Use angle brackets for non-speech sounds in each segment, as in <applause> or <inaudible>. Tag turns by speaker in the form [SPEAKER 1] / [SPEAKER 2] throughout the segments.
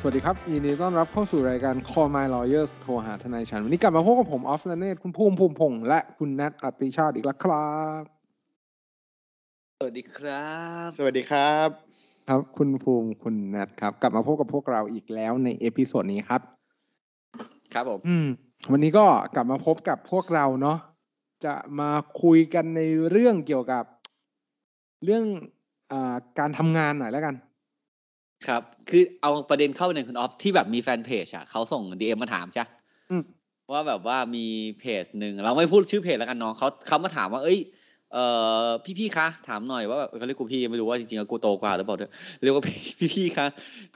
[SPEAKER 1] สวัสดีครับยินดีต้อนรับเข้าสู่รายการ Call My Lawyers โทรหาทนายฉัน วันนี้กลับมาพบกับผมออฟลเนตคุณภูมิภูมิพงษ์และคุณนัทอติชาติอีกแล้วครับ
[SPEAKER 2] สวัสดีครับ
[SPEAKER 3] สวัสดีครับ
[SPEAKER 1] ครับคุณภูมิคุณนัทครับ กลับมาพบกับพวกเราอีกแล้วในเอพิโซดนี้ครับ
[SPEAKER 2] ครับผม
[SPEAKER 1] อืม วันนี้ก็กลับมาพบกับพวกเราเนาะจะมาคุยกันในเรื่องเกี่ยวกับ เรื่องอาการทำงานหน่อยแล้วกัน
[SPEAKER 4] ครับ คือเอาประเด็นเข้าไปหนึ่งคุณออฟที่แบบมีแฟนเพจอ่ะเขาส่งดีเอ็มมาถามจ้ะ
[SPEAKER 1] อืม
[SPEAKER 4] ว่าแบบว่ามีเพจหนึ่งเราไม่พูดชื่อเพจแล้วกันน้องเขาเขามาถามว่า เอ้ย เอ่อพี่พี่ๆคะถามหน่อยว่าแบบเขาเรียกกูพี่ไม่รู้ว่าจริงๆแล้วกูโตกว่าหรือเปล่าด้วยเรียกว่าพี่พี่ๆคะ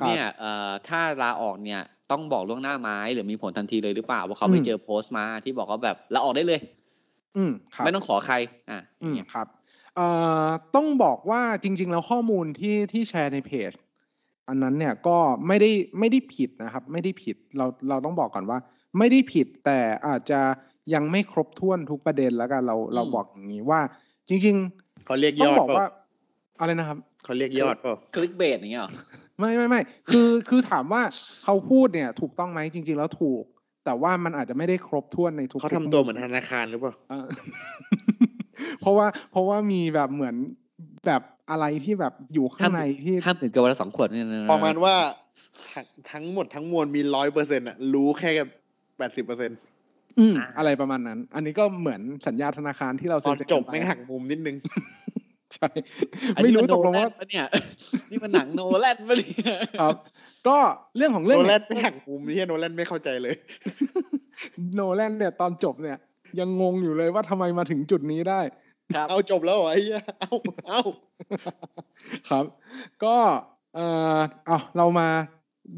[SPEAKER 4] เนี่ยเอ่อถ้าลาออกเนี่ยต้องบอกล่วงหน้าไหมหรือมีผลทันทีเลยหรือเปล่าว่าเขาไปเจอโพสต์มาที่บอกว่าแบบลาออกได้เลย
[SPEAKER 1] อืมครับ
[SPEAKER 4] ไม่ต้องขอใครอ่ะ
[SPEAKER 1] อืมครับเอ่อต้องบอกว่าจริง ๆ แล้วข้อมูลที่ที่แชร์ในเพจ อันนั้นเนี่ยก็ไม่ได้ไม่ได้ผิดนะครับ ไม่ได้ผิดเราเราต้องบอกก่อนว่า ไม่ได้ผิดแต่อาจจะยังไม่ครบถ้วนทุกประเด็นแล้วกันเราเราบอกอย่างนี้ว่า จริง
[SPEAKER 3] เขาเรียก
[SPEAKER 1] ๆ
[SPEAKER 3] ย
[SPEAKER 1] ต้อง
[SPEAKER 3] อด
[SPEAKER 1] บอก
[SPEAKER 3] เป
[SPEAKER 1] ว่า
[SPEAKER 3] ล่า
[SPEAKER 1] อะไรนะครับ
[SPEAKER 3] เขาเรียกยอดเปล่า
[SPEAKER 4] คลิกเบสอย่างเงี้ยเหรอ
[SPEAKER 1] ไม่ไม่ไม่คือคือถามว่าเขาพูดเนี่ยถูกต้องไหมจริง ๆ แล้วถูก แต่ว่ามันอาจจะไม่ได้ครบถ้วนในทุกๆ
[SPEAKER 3] เขาทำตัวเหมือนธนาคารหรือเปล่า
[SPEAKER 1] เออ <laughs> เพราะว่าเพราะว่ามีแบบเหมือนแบบอะไรที่แบบอยู่ข้างในที่
[SPEAKER 4] ห้ามดื่มเกินวันละสองขวดเนี่ยน
[SPEAKER 3] ประมาณว่าทั้งทั้งหมดทั้งมวลมีร้อยเปอร์เซ็นต์อะรู้แค่แปดสิบเปอร์เซ็นต์
[SPEAKER 1] อืมอะไรประมาณนั้น อันนี้ก็เหมือนสัญญาธนาคารที่เรา
[SPEAKER 3] ต
[SPEAKER 1] เซ็
[SPEAKER 3] อน
[SPEAKER 1] เซ็
[SPEAKER 3] จบ
[SPEAKER 1] ไป
[SPEAKER 3] แม่งหักมุมนิดนึง
[SPEAKER 1] ใช่ <laughs>
[SPEAKER 4] อัน
[SPEAKER 1] ไม่
[SPEAKER 4] นี้
[SPEAKER 1] รู้
[SPEAKER 4] น
[SPEAKER 1] ตกลง
[SPEAKER 4] โนแ
[SPEAKER 1] ว่า
[SPEAKER 4] ปะเนี่ย นี่มันหนังโนแลนปะเนี่ย
[SPEAKER 1] ครับ ก็เรื่องของเรื่
[SPEAKER 3] โน
[SPEAKER 1] อง
[SPEAKER 3] แล
[SPEAKER 1] เนี่ย
[SPEAKER 3] นไม่หักมุมเฮียโนแลนไม่เข้าใจเลย
[SPEAKER 1] <laughs> โนแลนเนี่ยตอนจบเนี่ย ยังงงอยู่เลยว่าทำไมมาถึงจุดนี้ได้ <laughs>
[SPEAKER 4] ครับ
[SPEAKER 3] เอาจบแล้วเหรอไอ้เหี้ยเอาเอา
[SPEAKER 1] ครับ ก็เอ่อเอาเรามา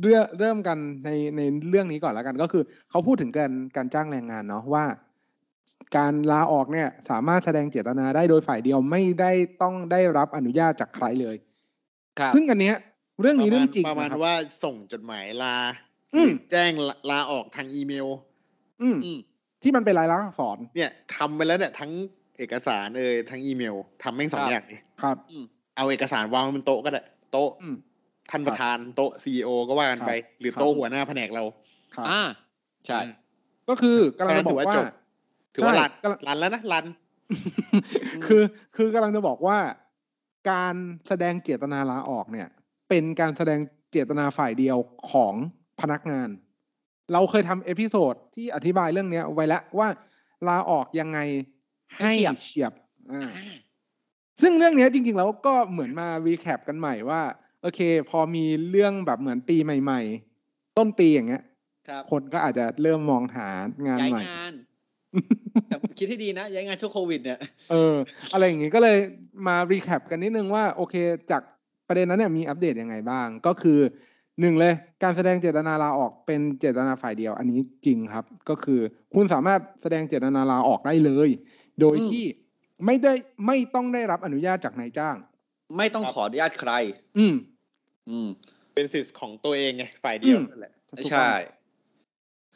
[SPEAKER 1] เรื่องเริ่มกันในในเรื่องนี้ก่อนแล้วกัน ก็คือเขาพูดถึงการการจ้างแรงงานเนาะว่า การลาออกเนี่ยสามารถแสดงเจตนาได้โดยฝ่ายเดียวไม่ได้ต้องได้รับอนุญาตจากใครเลย
[SPEAKER 4] ครับ
[SPEAKER 1] ซึ่งอันเนี้ยเรื่องนี้เรื่องจริง
[SPEAKER 3] ประมาณ
[SPEAKER 1] นะครับ
[SPEAKER 3] ว่าส่งจดหมายลา
[SPEAKER 1] อืม
[SPEAKER 3] แจ้งลาลาออกทางอีเมล
[SPEAKER 1] อืม
[SPEAKER 4] อืม
[SPEAKER 1] ที่มันเป็นลายลักษณ์อักษร
[SPEAKER 3] เนี่ยทำไปแล้วเนี่ยทั้งเอกสารเอ่ยทั้งอีเมลทำแม่งสองอย่างเลย
[SPEAKER 1] ครับ
[SPEAKER 3] เอาเอกสารวางบนโต๊ะก็ได้โต๊ะ
[SPEAKER 1] อืม
[SPEAKER 3] ท่านประธานโต๊ะซีอก็ว่ากันไป หรือโต๊ะหัวหน้าแผนกเรา
[SPEAKER 1] ครับ
[SPEAKER 4] อ่า ใช่
[SPEAKER 1] ก็คือกำลังจะบอกว่า
[SPEAKER 3] ถือว่าจบ ถือว่า
[SPEAKER 1] ใช่
[SPEAKER 3] รัน
[SPEAKER 1] กำลัง
[SPEAKER 3] รันแล้วนะรัน
[SPEAKER 1] <laughs> คือคือกำลังจะบอกว่า การแสดงเจตนาลาออกเนี่ย เป็นการแสดงเจตนาฝ่ายเดียวของพนักงาน เราเคยทำเอพิโซดที่อธิบายเรื่องเนี้ยไว้แล้วว่าลาออกยังไงให้
[SPEAKER 4] ให้เฉียบ
[SPEAKER 1] เฉียบอ่าซึ่งเรื่องเนี้ยจริง ๆ แล้วก็เหมือนมารีแคปกันใหม่ว่า โอเค พอมีเรื่องแบบเหมือนปีใหม่ ๆ ต้นปีอย่างเงี้ย
[SPEAKER 4] ครับ
[SPEAKER 1] คนก็อาจจะเริ่มมองหางาน
[SPEAKER 4] ย้าย
[SPEAKER 1] ใหม่
[SPEAKER 4] งาน แต่คิดให้ดีนะ ย้ายงานช่วงโควิดเนี่ย <laughs>
[SPEAKER 1] เออ อะไรอย่างงี้ก็เลยมารีแคปกันนิดนึงว่า โอเค จากประเด็นนั้นเนี่ยมีอัปเดตยังไงบ้าง ก็คือหนึ่งเลยการแสดงเจตนาลาออกเป็นเจตนาฝ่ายเดียว อันนี้จริงครับ ก็คือคุณสามารถแสดงเจตนาลาออกได้เลย โดย
[SPEAKER 4] อืม
[SPEAKER 1] ที่ไม่ได้ไม่ต้องได้รับอนุญาตจากนายจ้าง
[SPEAKER 4] ไม่ต้อง
[SPEAKER 3] ครับ
[SPEAKER 4] ขออนุญาตใคร
[SPEAKER 1] อืม
[SPEAKER 4] อืม
[SPEAKER 3] เป็นสิทธิ์ของตัวเองไงฝ่ายเดียวนั่นแหละ
[SPEAKER 4] ใช่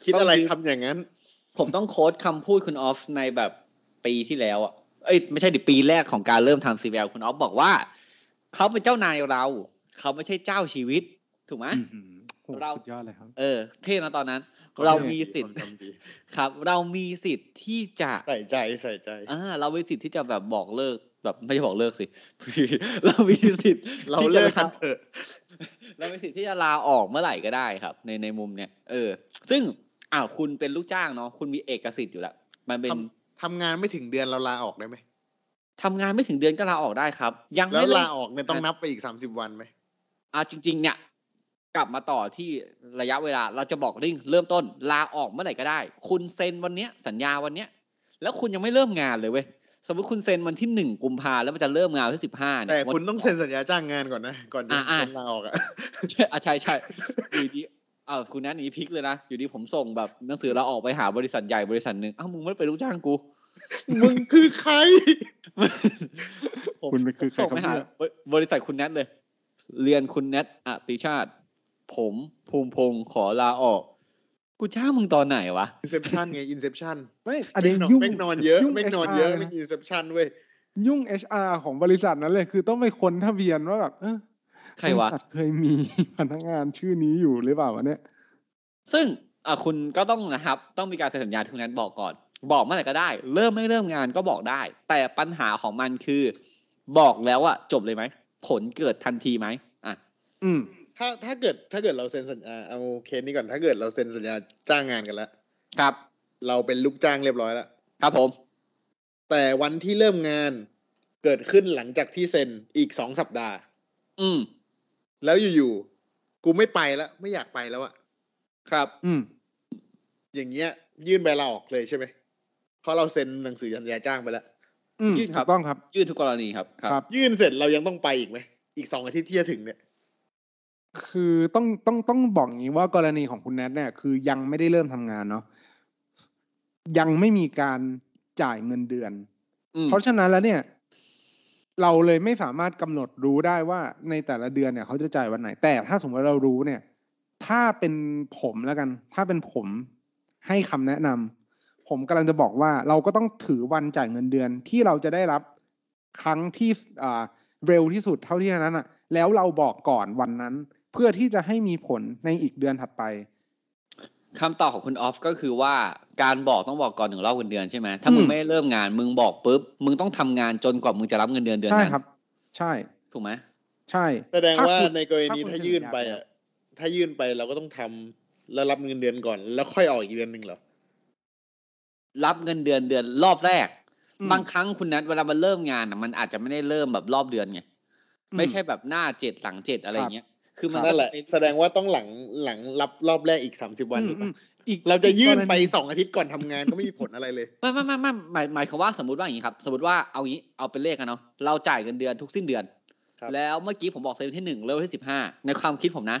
[SPEAKER 3] คิดอะไร
[SPEAKER 4] ต้องยืน
[SPEAKER 3] ทำอย่างนั้น
[SPEAKER 4] ผมต้องโค้ดคำพูดคุณออฟในแบบปีที่แล้วอ่ะ เอ้ย ไม่ใช่ดิปีแรกของการเริ่มทำซีแวลคุณออฟบอกว่า เขาเป็นเจ้านายเรา เขาไม่ใช่เจ้าชีวิต ถูกไหม
[SPEAKER 1] อืมอืมโห
[SPEAKER 4] เรา
[SPEAKER 1] สุดยอดเลยครับ
[SPEAKER 4] เออ เท่นะตอนนั้น เรามีสิทธิ์ครับ เรามีสิทธิ์ที่จะ
[SPEAKER 3] ใส่ใจใส่ใจ
[SPEAKER 4] อ่าเรามีสิทธิ์ที่จะแบบบอกเลิกแบบไม่ใช่บอกเลิกสิ <laughs> เรามีสิทธิ์
[SPEAKER 3] เรา
[SPEAKER 4] ที่จะ
[SPEAKER 3] เลิกกันเถอะ
[SPEAKER 4] <laughs> เรามีสิทธิ์ที่จะลาออกเมื่อไหร่ก็ได้ครับ ในในมุมเนี้ยเออ ซึ่งอ้าวคุณเป็นลูกจ้างเนาะคุณมีเอกสิทธิ์อยู่แล้ว มันเป็น
[SPEAKER 3] ทำทำงานไม่ถึงเดือนเราลาออกได้ไหม
[SPEAKER 4] ทำงานไม่ถึงเดือนก็ลาออกได้ครับ ยัง
[SPEAKER 3] แล้
[SPEAKER 4] ไม่
[SPEAKER 3] ว
[SPEAKER 4] เริ่ม
[SPEAKER 3] ลาออกเนี่ยต้องนับไปอีกสามสิบวันไหม
[SPEAKER 4] อ่าจริง ๆ เนี่ย กลับมาต่อที่ระยะเวลาเราจะบอกริ่งเริ่มต้น ลาออกเมื่อไหร่ก็ได้ คุณเซ็นวันเนี้ยสัญญาวันเนี้ย แล้วคุณยังไม่เริ่มงานเลยเว้ยสมมติคุณเซ็นวันที่หนึ่งกุมภาแล้วมันจะเริ่มงานวันที่สิบห้าเนี่ย
[SPEAKER 3] แต่คุณ
[SPEAKER 4] วัน
[SPEAKER 3] ต้องเซ็นสัญญาจ้างงานก่อนนะ ก่อนจะ
[SPEAKER 4] อ่ะอ่ะ
[SPEAKER 3] เซ็นลาออกอ่ะ
[SPEAKER 4] ใช่อ่ะ <laughs> ใช่ใช่อยู่ดีอ้าวคุณนั้นอย่างนี้พลิกเลยนะ อยู่ดีผมส่งแบบหนังสือเราออกไปหาบริษัทใหญ่บริษัทหนึ่งอ้าวมึงไม่ไปนลูกจ้างกู <laughs>
[SPEAKER 3] มึงคือใคร
[SPEAKER 4] ผม
[SPEAKER 1] คุณเป็นคือใคร
[SPEAKER 4] ส่ง
[SPEAKER 1] ครับ
[SPEAKER 4] ไปหา
[SPEAKER 1] เนี่ย
[SPEAKER 4] บริบริษัทคุณแนทเลย เรียนคุณแนทอติชาติ ผมภูมิพงศ์ขอลาออก กูจ้างมึงตอนไหนวะ
[SPEAKER 3] อินเซ t ชันไงอินเซ t ชัน
[SPEAKER 1] ไม่อันนี้
[SPEAKER 3] น
[SPEAKER 1] ยุ่ง
[SPEAKER 3] แม่งนอนเยอะ
[SPEAKER 1] ยุ่ง
[SPEAKER 3] แม่งนอน
[SPEAKER 1] HR
[SPEAKER 3] เยอะ
[SPEAKER 1] ล
[SPEAKER 3] ไม่
[SPEAKER 1] นะ
[SPEAKER 3] อินเซ t ชันเว้ย
[SPEAKER 1] ยุ่ง HR ของบริษัทนั้นเลย คือต้องไปค้นทะเบียนว่าแบบเออ
[SPEAKER 4] ใครวะ
[SPEAKER 1] บษัทเคยมี <laughs> พนักงานชื่อนี้อยู่หรือเปล่าวะเนี่ย
[SPEAKER 4] ซึ่งอ่ะคุณก็ต้องนะครับ ต้องมีการเซ็นสัญญาที่คุณแนทบอกก่อน บอกเมื่อไหร่ก็ได้ เริ่มไม่เริ่มงานก็บอกได้ แต่ปัญหาของมันคือ บอกแล้วอะจบเลยไหม ผลเกิดทันทีไหมอ่ะ
[SPEAKER 1] อืม
[SPEAKER 3] ถ้าถ้าเกิดถ้าเกิดเราเซ็นสัญญาเอาเคสนี้ก่อนถ้าเกิดเราเซ็นสัญญาจ้างงานกันแล้ว
[SPEAKER 4] ครับ
[SPEAKER 3] เราเป็นลูกจ้างเรียบร้อยแล้ว
[SPEAKER 4] ครับผม
[SPEAKER 3] แต่วันที่เริ่มงานเกิดขึ้นหลังจากที่เซ็นอีกสองสัปดาห์
[SPEAKER 4] อืม
[SPEAKER 3] แล้วอยู่ๆ กูไม่ไปแล้ว ไม่อยากไปแล้วอะ
[SPEAKER 4] ครับ
[SPEAKER 1] อืม
[SPEAKER 3] อย่างเงี้ย ยื่นใบลาออกเลยใช่ไหมเพราะเราเซ็นหนังสือสัญญาจ้างไปแล้ว
[SPEAKER 1] อืม
[SPEAKER 4] ยื่นครั
[SPEAKER 1] ถู
[SPEAKER 4] บ
[SPEAKER 1] กต้องครับ
[SPEAKER 4] ยื่นทุกกรณีครับ ครับ
[SPEAKER 1] ครับ
[SPEAKER 3] ยื่นเสร็จเรายังต้องไปอีกไหมอีกสองอาทิตย์ที่จะถึงเนี่ย
[SPEAKER 1] คือต้องต้องต้องบอกอย่างนี้ว่ากรณีของคุณแนทเนี่ย คือยังไม่ได้เริ่มทำงานเนาะยังไม่มีการจ่ายเงินเดือน
[SPEAKER 4] อืม
[SPEAKER 1] เพราะฉะนั้นแล้วเนี่ย เราเลยไม่สามารถกำหนดรู้ได้ว่าในแต่ละเดือนเนี่ยเขาจะจ่ายวันไหน แต่ถ้าสมมติเรารู้เนี่ย ถ้าเป็นผมแล้วกัน ถ้าเป็นผมให้คำแนะนำผมกำลังจะบอกว่าเราก็ต้องถือวันจ่ายเงินเดือนที่เราจะได้รับครั้งที่อ่าเร็วที่สุดเท่าที่จะนั้นอ่ะ แล้วเราบอกก่อนวันนั้น เพื่อที่จะให้มีผลในอีกเดือนถัดไป
[SPEAKER 4] คำตอบของคุณออฟก็คือว่าการบอกต้องบอกก่อนหนึ่งรอบเงินเดือนใช่ไหมถ้ามึง
[SPEAKER 1] อืม
[SPEAKER 4] ไม่เริ่มงานมึงบอกปุ๊บมึงต้องทำงานจนกว่ามึงจะรับเงินเดือนเดือน
[SPEAKER 1] ใช่
[SPEAKER 4] นั้น
[SPEAKER 1] ครับ ใช่
[SPEAKER 4] ถูกไหม
[SPEAKER 1] ใช่
[SPEAKER 3] แสดงว่า
[SPEAKER 1] ถ้คุณ
[SPEAKER 3] ในกรณี
[SPEAKER 1] ถ้าคุณ
[SPEAKER 3] ถ้ายื่นไปอะถ้ายื่นไปเราก็ต้องทำแล้วรับเงินเดือนก่อน แล้วค่อยออกอีกเดือนหนึ่งเหรอ
[SPEAKER 4] รับเงินเดือนเดือนรอบแรก
[SPEAKER 1] อืม
[SPEAKER 4] บางครั้งคุณนัทเวลามันเริ่มงานน่ะมันอาจจะไม่ได้เริ่มแบบรอบเดือนไง
[SPEAKER 1] อืม
[SPEAKER 4] ไม่ใช่แบบหน้าเจ็ดหลังเจ็ดอะไรอย่างเงี้ยคือมัน
[SPEAKER 3] นั่นแหละ
[SPEAKER 4] ก็จ
[SPEAKER 3] แสดงว่าต้องหลังหลังรับรอบแรกอีกสามสิบวัน
[SPEAKER 1] อืม
[SPEAKER 3] ถูก
[SPEAKER 1] อืม
[SPEAKER 3] ปะ
[SPEAKER 1] อีก
[SPEAKER 3] เราจะยื่นไป
[SPEAKER 1] อีกกรณี
[SPEAKER 3] สองอาทิตย์ก่อนทำงานก็ไม่มีผลอะไรเลย
[SPEAKER 4] ไม่ไม่ไม่ไม่หมายหมายความว่าสมมติว่าอย่างงี้ครับ สมมติว่าเอางี้เอาเป็นเลขกันเนาะเราจ่ายเงินเดือนทุกสิ้นเดือน
[SPEAKER 3] ครับ
[SPEAKER 4] แล้วเมื่อกี้ผมบอกเซ็นวันที่หนึ่งเริ่มวันที่สิบห้าในความคิดผมนะ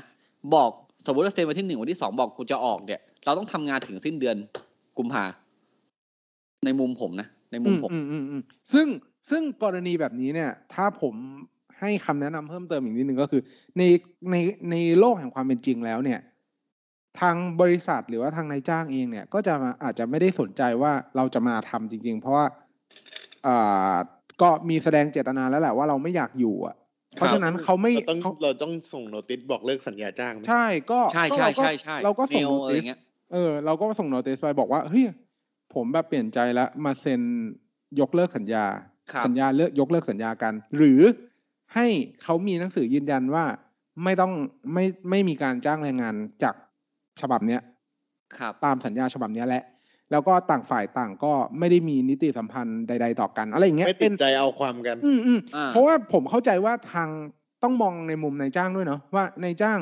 [SPEAKER 4] บอกสมมติว่าเซ็นวันที่หนึ่งวันที่สองบอกกูจะออกเนี่ย เราต้องทำงานถึงสิ้นเดือนกุมภาในมุมผมนะ ในมุมผม
[SPEAKER 1] อืมอืมอืมซึ่งซึ่งกรณีแบบนี้เนี่ย ถ้าผมให้คำแนะนำเพิ่มเติมอีกนิดนึงก็คือ ในในในโลกแห่งความเป็นจริงแล้วเนี่ย ทางบริษัทหรือว่าทางนายจ้างเองเนี่ย ก็จะมาอาจจะไม่ได้สนใจว่าเราจะมาทำจริง ๆ เพราะว่าอ่าก็มีแสดงเจตนาแล้วแหละว่าเราไม่อยากอยู่อ่ะ เพราะฉะนั้นเขาไม่
[SPEAKER 3] เราต้อง
[SPEAKER 1] เขา
[SPEAKER 3] เราต้องส่งโนติสบอกเลิกสัญญาจ้างไหม
[SPEAKER 1] ใช่ก็
[SPEAKER 4] ใช่
[SPEAKER 1] ก็
[SPEAKER 4] ใช่
[SPEAKER 1] เราก็
[SPEAKER 4] ใช่ใช่
[SPEAKER 1] เราก็ส่ง
[SPEAKER 4] เมล
[SPEAKER 1] โน
[SPEAKER 4] อะไร
[SPEAKER 1] ติส
[SPEAKER 4] เงี้ย
[SPEAKER 1] เออเราก็ส่งโนติสไปบอกว่าเฮ้ยผมแบบเปลี่ยนใจแล้วมาเซ็นยกเลิกสัญญา
[SPEAKER 4] ครับ
[SPEAKER 1] สัญญาเลิกยกเลิกสัญญากัน หรือให้เขามีหนังสือยืนยันว่าไม่ต้องไม่ไม่มีการจ้างแรงงานจากฉบับเนี้ย
[SPEAKER 4] ครับ
[SPEAKER 1] ตามสัญญาฉบับเนี้ยแหละ แล้วก็ต่างฝ่ายต่างก็ไม่ได้มีนิติสัมพันธ์ใด ๆ ต่อกัน อะไรอย่างเงี้ย
[SPEAKER 3] ไม่ติ
[SPEAKER 1] เป็
[SPEAKER 3] ด
[SPEAKER 1] น
[SPEAKER 3] ใจเอาความกัน
[SPEAKER 1] อืมอืม
[SPEAKER 4] อ่า
[SPEAKER 1] เพราะว่าผมเข้าใจว่าทางต้องมองในมุมนายจ้างด้วยเนาะว่านายจ้าง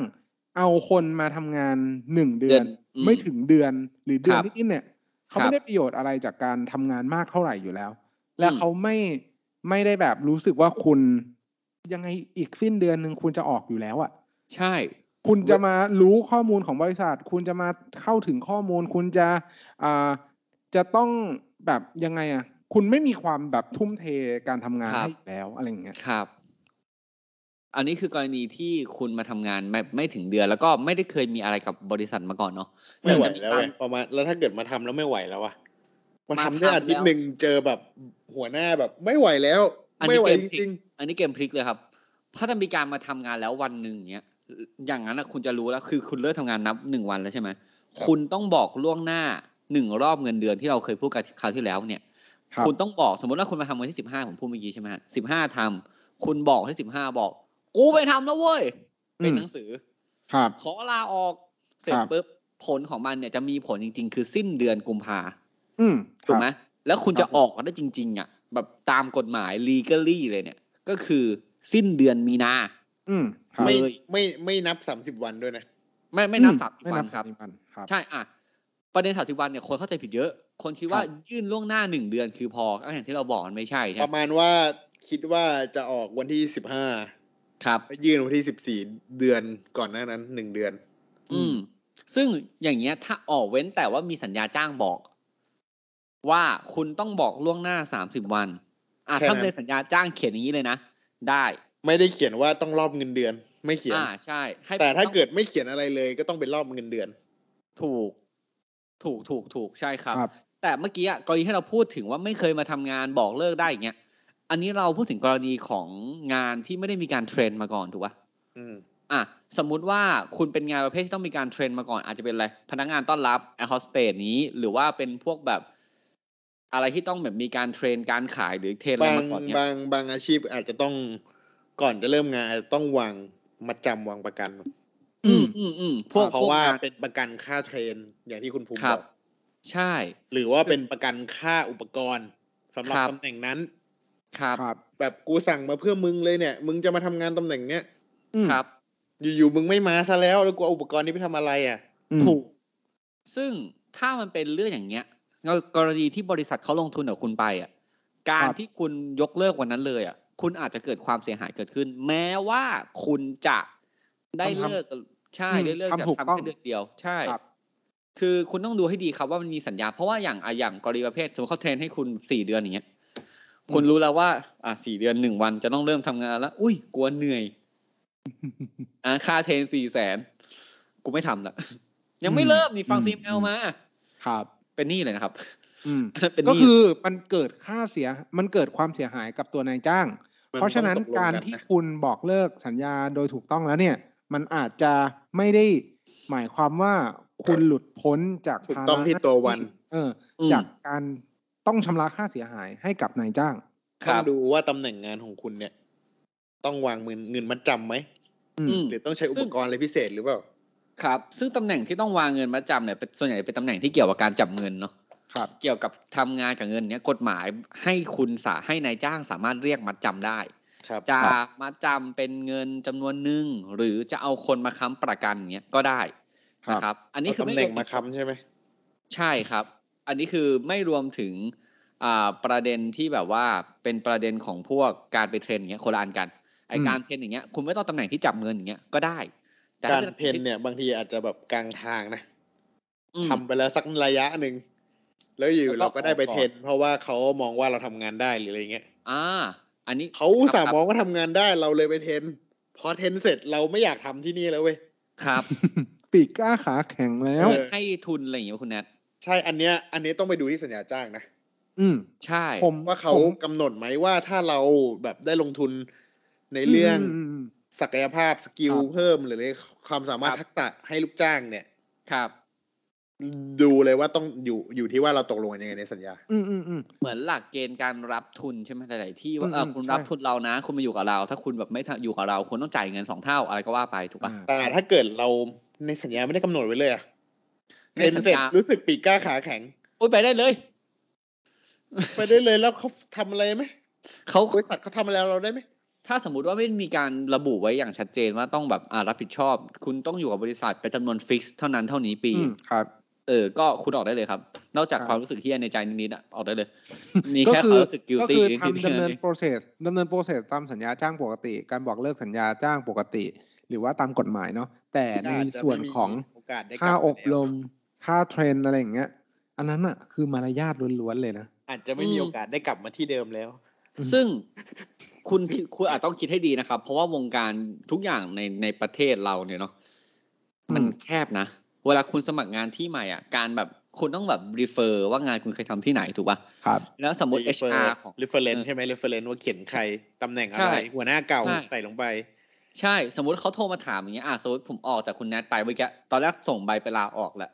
[SPEAKER 1] เอาคนมาทำงานหนึ่งเดือน
[SPEAKER 4] อืม
[SPEAKER 1] ไม่ถึงเดือนหรือเดือน
[SPEAKER 4] ครับ
[SPEAKER 1] นิดๆเนี่ย เขา
[SPEAKER 4] ครั
[SPEAKER 1] ไม่
[SPEAKER 4] บ
[SPEAKER 1] ได้ประโยชน์อะไรจากการทำงานมากเท่าไหร่อยู่แล้ว และ
[SPEAKER 4] อืม
[SPEAKER 1] เขาไม่ไม่ได้แบบรู้สึกว่าคุณยังไงอีกสิ้นเดือนหนึ่งคุณจะออกอยู่แล้วอะ่ะ
[SPEAKER 4] ใช่
[SPEAKER 1] คุณจะมารู้ข้อมูลของบริษัท คุณจะมาเข้าถึงข้อมูล คุณจะอ่าจะต้องแบบยังไงอะ่ะ คุณไม่มีความแบบทุ่มเทการทำงาน
[SPEAKER 4] ครับ
[SPEAKER 1] ให้อยู่แล้วอะไรอย่างเงี้ย
[SPEAKER 4] ครับ อันนี้คือกรณีที่คุณมาทำงานไม่ไม่ถึงเดือน แล้วก็ไม่ได้เคยมีอะไรกับบริษัทมาก่อนเนาะ
[SPEAKER 3] ไม่ไหวแล้วไงประมาณแล้วถ้าเกิดมาทำแล้วไม่ไหวแล้วอะมันทำ
[SPEAKER 4] มาทำ
[SPEAKER 3] ได้
[SPEAKER 4] แล้ว
[SPEAKER 3] อาทิตย์หนึ่งเจอแบบหัวหน้าแบบ ไม่ไหวแล้ว
[SPEAKER 4] อัน
[SPEAKER 3] ไม่
[SPEAKER 4] นี้
[SPEAKER 3] ไหว
[SPEAKER 4] เกม
[SPEAKER 3] จ
[SPEAKER 4] พลิ
[SPEAKER 3] ริ
[SPEAKER 4] ก
[SPEAKER 3] ง
[SPEAKER 4] อันนี้เกมพลิกเลยครับ ถ้าจะมีการมาทำงานแล้ววันหนึ่งเนี้ย อย่างนั้นนะคุณจะรู้แล้ว คือคุณเลิกทำงานนับหนึ่งวันแล้วใช่ไหม คุณต้องบอกล่วงหน้าหนึ่งรอบเงินเดือนที่เราเคยพูดกันคราวที่แล้วเนี่ย
[SPEAKER 1] ครับ
[SPEAKER 4] คุณต้องบอกสมมติว่าคุณมาทำวันที่สิบห้าผมพูดเมื่อกี้ใช่ไหมสิบห้าทำคุณบอกวันที่สิบห้าบอก กูไปทำแล้วเว้ย เป็นหนังสือ
[SPEAKER 1] ครับ
[SPEAKER 4] ขอลาออกเสร็จ
[SPEAKER 1] ครับ
[SPEAKER 4] ปุ๊บผลของมันเนี่ยจะมีผลจริง ๆ คือสิ้นเดือนกุมภา
[SPEAKER 1] อืม
[SPEAKER 4] ถูกไหม
[SPEAKER 1] ครับ
[SPEAKER 4] แล้วคุณ
[SPEAKER 1] ครั
[SPEAKER 4] จะ
[SPEAKER 1] บ
[SPEAKER 4] ออกกันได้จริง ๆ อ่ะ แบบตามกฎหมาย legally เลยเนี่ย ก็คือสิ้นเดือนมีนา
[SPEAKER 1] อืมค
[SPEAKER 3] ๆ
[SPEAKER 1] รับ
[SPEAKER 3] ไม่
[SPEAKER 4] เลย
[SPEAKER 3] ไม่ไม่นับสามสิบวันด้วยนะ
[SPEAKER 4] ไม่ไม่นับ
[SPEAKER 1] อื
[SPEAKER 4] สามสิบ
[SPEAKER 1] ไม่
[SPEAKER 4] วัน
[SPEAKER 1] 30
[SPEAKER 4] ครับ
[SPEAKER 1] วันครับ
[SPEAKER 4] ใช่อ่ะประเด็นสามสิบวันเนี่ยคนเข้าใจผิดเยอะ คนคิดว่า
[SPEAKER 1] ครับ
[SPEAKER 4] ยื่นล่วงหน้าหนึ่งเดือนคือพอก็อย่างที่เราบอกมันไม่ใช่
[SPEAKER 3] ป
[SPEAKER 4] ใช่
[SPEAKER 3] ระ
[SPEAKER 4] ไหม
[SPEAKER 3] มาณว่าคิดว่าจะออกวันที่สิบห้า
[SPEAKER 4] ครับ
[SPEAKER 3] ยื่นวันที่สิบสี่เดือนก่อนหน้านั้นหนึ่งเดือน
[SPEAKER 4] อืม ซึ่งอย่างเงี้ยถ้าออกเว้นแต่ว่ามีสัญญาจ้างบอก ว่าคุณต้องบอกล่วงหน้าสามสิบวัน อ่ะ
[SPEAKER 3] แค่นั้น
[SPEAKER 4] ถ้าเป็นสัญญาจ้างเขียนอย่างนี้เลยนะ ได้
[SPEAKER 3] ไม่ได้เขียนว่าต้องรอบเงินเดือน ไม่เขียน
[SPEAKER 4] อ่าใช่ให้
[SPEAKER 3] แต่ถ้า
[SPEAKER 4] อง
[SPEAKER 3] เกิดไม่เขียนอะไรเลยก็ต้องเป็นรอบเงินเดือน
[SPEAKER 4] ถูก ถูกถูกถูกใช่ครับ
[SPEAKER 1] ครับ
[SPEAKER 4] แต่เมื่อกี้อะกรณีที่เราพูดถึงว่าไม่เคยมาทำงานบอกเลิกได้อย่างเงี้ยอันนี้เราพูดถึงกรณีของงานที่ไม่ได้มีการเทรนมาก่อนถูกปะ
[SPEAKER 3] อืม
[SPEAKER 4] อ่ะสมมุติว่าคุณเป็นงานประเภทที่ต้องมีการเทรนมาก่อนอาจจะเป็นอะไร พนักงานต้อนรับแอร์โฮสเตสนี้ หรือว่าเป็นพวกแบบ อะไรที่ต้องแบบมีการเทรนการขายหรือเทรนอะไร
[SPEAKER 3] บาง
[SPEAKER 4] มาก่อนเนี่ย
[SPEAKER 3] บางบางอาชีพอาจจะต้องก่อนจะเริ่มงานอาจจะต้องวางมัดจำวางประกัน
[SPEAKER 4] อืมอืมอืมพวก
[SPEAKER 3] เพราะว่า
[SPEAKER 4] พกงน
[SPEAKER 3] เป็นประกันค่าเทรน อย่างที่คุณภูมิ
[SPEAKER 4] ครับ
[SPEAKER 3] อบ ก
[SPEAKER 4] ใช่
[SPEAKER 3] หรือว่าเป็นประกันค่าอุปกรณ์สำหรับตำแหน่งนั้น
[SPEAKER 4] ครับ
[SPEAKER 1] ครับ
[SPEAKER 3] แบบกูสั่งมาเพื่อมึงเลยเนี่ย มึงจะมาทำงานตำแหน่งเนี้ย
[SPEAKER 1] อืม
[SPEAKER 4] ครับ
[SPEAKER 3] อยู่ๆมึงไม่มาซะแล้วแล้วกูเอาอุปกรณ์นี้ไปทำอะไรอ่ะ
[SPEAKER 1] อืม
[SPEAKER 4] ถูก ซึ่งถ้ามันเป็นเรื่องอย่างเงี้ยแล้วกรณีที่บริษัทเขาลงทุนกับคุณไปอ่ะ การ
[SPEAKER 1] ครับ
[SPEAKER 4] ที่คุณยกเลิกวันนั้นเลยอ่ะ คุณอาจจะเกิดความเสียหายเกิดขึ้น แม้ว่าคุณจะได้เลิกใช่
[SPEAKER 1] อืม
[SPEAKER 4] ได้เลิกจาก
[SPEAKER 1] ทำถูก
[SPEAKER 4] ทำ
[SPEAKER 1] ต้อง
[SPEAKER 4] แค่เดือนเดียว ใช่
[SPEAKER 1] ครับ
[SPEAKER 4] คือคุณต้องดูให้ดีครับว่ามันมีสัญญา เพราะว่าอย่างอ่ะอย่างกรณีประเภทสมมติเขาเทรนให้คุณสี่เดือนอย่างเงี้ย คุณรู้แล้วว่า อ่ะสี่เดือนหนึ่งวันจะต้องเริ่มทำงานแล้ว อุ้ยกลัว
[SPEAKER 1] <laughs>
[SPEAKER 4] เหนื่อย อ่ะค่าเทรนสี่แสนกูไม่ทำละยังไม่เริ่มนี่ฟัง
[SPEAKER 1] อืม
[SPEAKER 4] ซีมเอล
[SPEAKER 1] อืม
[SPEAKER 4] มา
[SPEAKER 1] ครับ
[SPEAKER 4] เป็นหนี้เลยนะครับ <laughs>
[SPEAKER 1] อืม
[SPEAKER 4] เป็นห
[SPEAKER 1] ก็
[SPEAKER 4] นี้
[SPEAKER 1] คือมันเกิดค่าเสีย มันเกิดความเสียหายกับตัวนายจ้าง
[SPEAKER 3] มัน
[SPEAKER 1] เพราะฉะนั้น
[SPEAKER 3] ต้องตกลง
[SPEAKER 1] การ
[SPEAKER 3] กัน
[SPEAKER 1] ที่
[SPEAKER 3] นะ
[SPEAKER 1] คุณบอกเลิกสัญญาโดยถูกต้องแล้วเนี่ย มันอาจจะไม่ได้หมายความว่าคุณหลุดพ้นจาก
[SPEAKER 3] ถูก
[SPEAKER 1] ภา
[SPEAKER 3] ต้อ
[SPEAKER 1] ระ
[SPEAKER 3] งที่ตัววัน
[SPEAKER 1] เออ
[SPEAKER 4] อื
[SPEAKER 1] อ
[SPEAKER 4] ม
[SPEAKER 1] จากการต้องชำระค่าเสียหายให้กับนายจ้าง
[SPEAKER 4] ค
[SPEAKER 3] ต้อ
[SPEAKER 4] รั
[SPEAKER 3] ง
[SPEAKER 4] บ
[SPEAKER 3] ดูว่าตำแหน่งงานของคุณเนี่ย ต้องวางเงินเงินมัดจำไหม
[SPEAKER 4] อืม
[SPEAKER 3] หรือต้องใช้อุปกรณ์อะไรพิเศษหรือเปล่า
[SPEAKER 4] ครับ ซึ่งตำแหน่งที่ต้องวางเงินมาจำเนี่ยเป็นส่วนใหญ่เป็นตำแหน่งที่เกี่ยวกับการจับเงินเนาะ
[SPEAKER 1] ครับ
[SPEAKER 4] เกี่ยวกับทำงานกับเงินเนี่ยกฎหมายให้คุณสาให้นายจ้างสามารถเรียกมัดจำได้
[SPEAKER 3] ครับ
[SPEAKER 4] จะมัดจำเป็นเงินจำนวนหนึ่งหรือจะเอาคนมาค้ำประกันเงี้ยก็ได้นะครับ อันนี้
[SPEAKER 3] เอา
[SPEAKER 4] คือ
[SPEAKER 3] ตำ
[SPEAKER 4] ไม่
[SPEAKER 3] แหน่
[SPEAKER 4] รว
[SPEAKER 3] ง
[SPEAKER 4] ม
[SPEAKER 3] มาค้ำใช่ไหม
[SPEAKER 4] ใช่ครับ อันนี้คือไม่รวมถึงอ่าประเด็นที่แบบว่าเป็นประเด็นของพวกการไปเทรนเงี้ยคนละอันกันไอ
[SPEAKER 1] อืม
[SPEAKER 4] การเทรนอย่างเงี้ยคุณไม่ต้องตำแหน่งที่จับเงินอย่างเงี้ยก็ได้ แต่
[SPEAKER 3] การ
[SPEAKER 4] ถ้ป็
[SPEAKER 3] เพนเนี่ยบางทีอาจจะแบบกลางทางนะ
[SPEAKER 4] อืม
[SPEAKER 3] ทำไปแล้วสักระยะหนึ่งแล้วอยู่
[SPEAKER 4] แล้วก็
[SPEAKER 3] เราก็ได้ไป
[SPEAKER 4] ออกก่อน
[SPEAKER 3] เทรนเพราะว่าเขามองว่าเราทำงานได้หรืออะไรเงี้ย
[SPEAKER 4] อ่า อันนี้
[SPEAKER 3] เขาอุตสามมองว่าทำงานได้เราเลยไปเทรนพอเทรนเสร็จเราไม่อยากทำที่นี่แล้วเว้ย
[SPEAKER 4] ครับ
[SPEAKER 1] ปีกกล้าขาแข็งแล้ว
[SPEAKER 3] เออ
[SPEAKER 4] ให้ทุนอะไรอย่างเงี้ยคุณแนท
[SPEAKER 3] ใช่อันเนี้ยอันเนี้ยต้องไปดูที่สัญญาจ้างนะ
[SPEAKER 1] อืม
[SPEAKER 4] ใช่
[SPEAKER 1] ผม
[SPEAKER 3] ว่าเขา
[SPEAKER 1] ผม
[SPEAKER 3] กำหนดไหมว่าถ้าเราแบบได้ลงทุนในเรื่อง
[SPEAKER 1] มมอืม
[SPEAKER 3] ศักยภาพสกิล
[SPEAKER 1] ครับ
[SPEAKER 3] เพิ่มหรือความสามารถทักษะให้ลูกจ้างเนี่ย
[SPEAKER 4] ครับ
[SPEAKER 3] ดูเลยว่าต้องอยู่อยู่ที่ว่าเราตกลงกันยังไงในสัญญา
[SPEAKER 1] อืมอืมอืม
[SPEAKER 4] เหมือนหลักเกณฑ์การรับทุนใช่ไหมหลายๆที่ว่าเออ
[SPEAKER 1] อืมอืม
[SPEAKER 4] คุณรับ
[SPEAKER 1] ใช่
[SPEAKER 4] ทุนเรานะ คุณมาอยู่กับเรา ถ้าคุณแบบไม่ทำอยู่กับเรา คุณต้องจ่ายเงินสองเท่าอะไรก็ว่าไปถูก
[SPEAKER 1] อ่า
[SPEAKER 4] ปะ
[SPEAKER 3] แต่ถ้าเกิดเราในสัญญาไม่ได้กำหนดไว้เลยอะ
[SPEAKER 4] ใน
[SPEAKER 3] เซ็น
[SPEAKER 4] สัญญา
[SPEAKER 3] เสร็จรู้สึกปีกกล้าขาแข็ง
[SPEAKER 4] โอ้ยไปได้เลย
[SPEAKER 3] ไปได้เลยแล้วเขาทำอะไรไหม
[SPEAKER 4] เขา
[SPEAKER 3] บริษัทเขาทำอะไรเราได้ไหม
[SPEAKER 4] ถ้าสมมติว่าไม่มีการระบุไว้อย่างชัดเจนว่าต้องแบบอ่ารับผิดชอบ คุณต้องอยู่กับบริษัทเป็นจำนวนฟิกซ์เท่านั้นเท่านี้ปี
[SPEAKER 1] อืมครับ
[SPEAKER 4] เออ ก็คุณออกได้เลยครับ นอกจาก
[SPEAKER 1] ครับ
[SPEAKER 4] ความรู้สึกเฮี้ยในใจนิดๆอะออกได้เลยมี
[SPEAKER 1] ก็
[SPEAKER 4] แค่ค
[SPEAKER 1] คือ
[SPEAKER 4] วามรู้สึก guilty
[SPEAKER 1] ก็คือ
[SPEAKER 4] นิดๆ
[SPEAKER 1] ทำดำเนิน
[SPEAKER 4] แค่
[SPEAKER 1] โปรเซสดำเนินโปรเซสตามสัญญาจ้างปกติ การบอกเลิกสัญญาจ้างปกติ หรือว่าตามกฎหมายเนาะแต่ในส่วนของ
[SPEAKER 3] โอกาสได้กลั
[SPEAKER 1] ค่า
[SPEAKER 3] บ
[SPEAKER 1] อบรมค่าเทรนอะไรอย่างเงี้ย อันนั้นอะคือมารยาทล้วนๆเลยนะ
[SPEAKER 3] อาจจะไม่มีโอกาสได้กลับมาที่เดิมแล้ว
[SPEAKER 4] ซึ่งคุณคุณอาจต้องคิดให้ดีนะครับ เพราะว่าวงการทุกอย่างในในประเทศเราเนี่ยเนาะมัน
[SPEAKER 1] อืม
[SPEAKER 4] แคบนะ เวลาคุณสมัครงานที่ใหม่อ่ะ การแบบคุณต้องแบบรีเฟอร์ว่างานคุณเคยทำที่ไหนถูกป่ะ
[SPEAKER 1] ครับ
[SPEAKER 4] แล้วสมมติ HR ของ
[SPEAKER 3] reference ใช่ไหม reference ว่าเขียนใครตำแหน่งอะไร
[SPEAKER 4] ใช่
[SPEAKER 3] หัวหน้าเก่า
[SPEAKER 4] ใช่
[SPEAKER 3] ใส่ลงไป
[SPEAKER 4] ใช่ สมมติเขาโทรมาถามอย่างเงี้ยอ่ะสมมติผมออกจากคุณแนทไปเมื่อกี้ตอนแรกส่งใบไปลาออกแหละ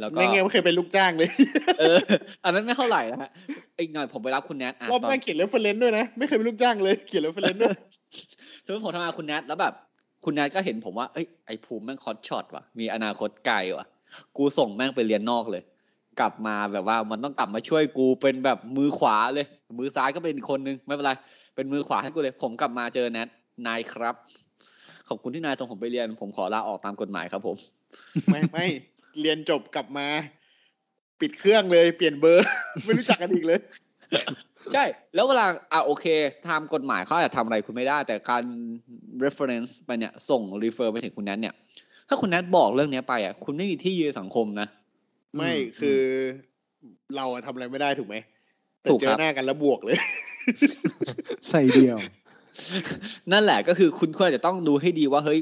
[SPEAKER 4] แล้วก็
[SPEAKER 3] ไม่ไงนไม่เคยเป็นลูกจ้างเลย
[SPEAKER 4] เออ อันนั้นไม่เท่าไหร่นะฮะอีกหน่อยผมไปรับคุณแนทอ่ะ
[SPEAKER 3] <laughs> รอบ
[SPEAKER 4] ต
[SPEAKER 3] ห
[SPEAKER 4] อน
[SPEAKER 3] น้าเขียน reference ด้วยนะ ไม่เคยเป็นลูกจ้างเลย เขียน reference ด้วย <laughs>
[SPEAKER 4] <laughs> สมมติผมทำงานกับคุณแนทแล้วแบบ คุณแนทก็เห็นผมว่าเอ้ยไอภูมิแม่งคอตช็อตว่ะมีอนาคตไกลว่ะ กูส่งแม่งไปเรียนนอกเลย กลับมาแบบว่ามันต้องกลับมาช่วยกูเป็นแบบมือขวาเลย มือซ้ายก็เป็นอีกคนนึงไม่เป็นไรเป็นมือขวาให้กูเลย ผมกลับมาเจอแนทนายครับ ขอบคุณที่นายส่งผมไปเรียน ผมขอลาออกตามกฎหมายครับผม
[SPEAKER 3] ไม่ไม่เรียนจบกลับมา ปิดเครื่องเลย เปลี่ยนเบอร์ <laughs> ไม่รู้จักกันอีกเลย
[SPEAKER 4] ใช่ แล้วเวลาอ่ะโอเคทางกฎหมายเขาอาจจะทำอะไรคุณไม่ได้ แต่การ reference ไปเนี่ยส่ง refer ไปถึงคุณแนทเนี่ย ถ้าคุณแนทบอกเรื่องเนี้ยไปอ่ะคุณไม่มีที่ยืนในสังคมนะ
[SPEAKER 3] ไม่
[SPEAKER 4] อืม
[SPEAKER 3] คือ เราอะทำอะไรไม่ได้ถูกไหมแต่
[SPEAKER 4] ถูก
[SPEAKER 3] เจ
[SPEAKER 4] ครั
[SPEAKER 3] อบ หน้ากันแล้วบวกเลย <laughs>
[SPEAKER 1] ใส่เดียว <laughs>
[SPEAKER 4] นั่นแหละก็คือคุณควรจะต้องดูให้ดีว่าเฮ้ย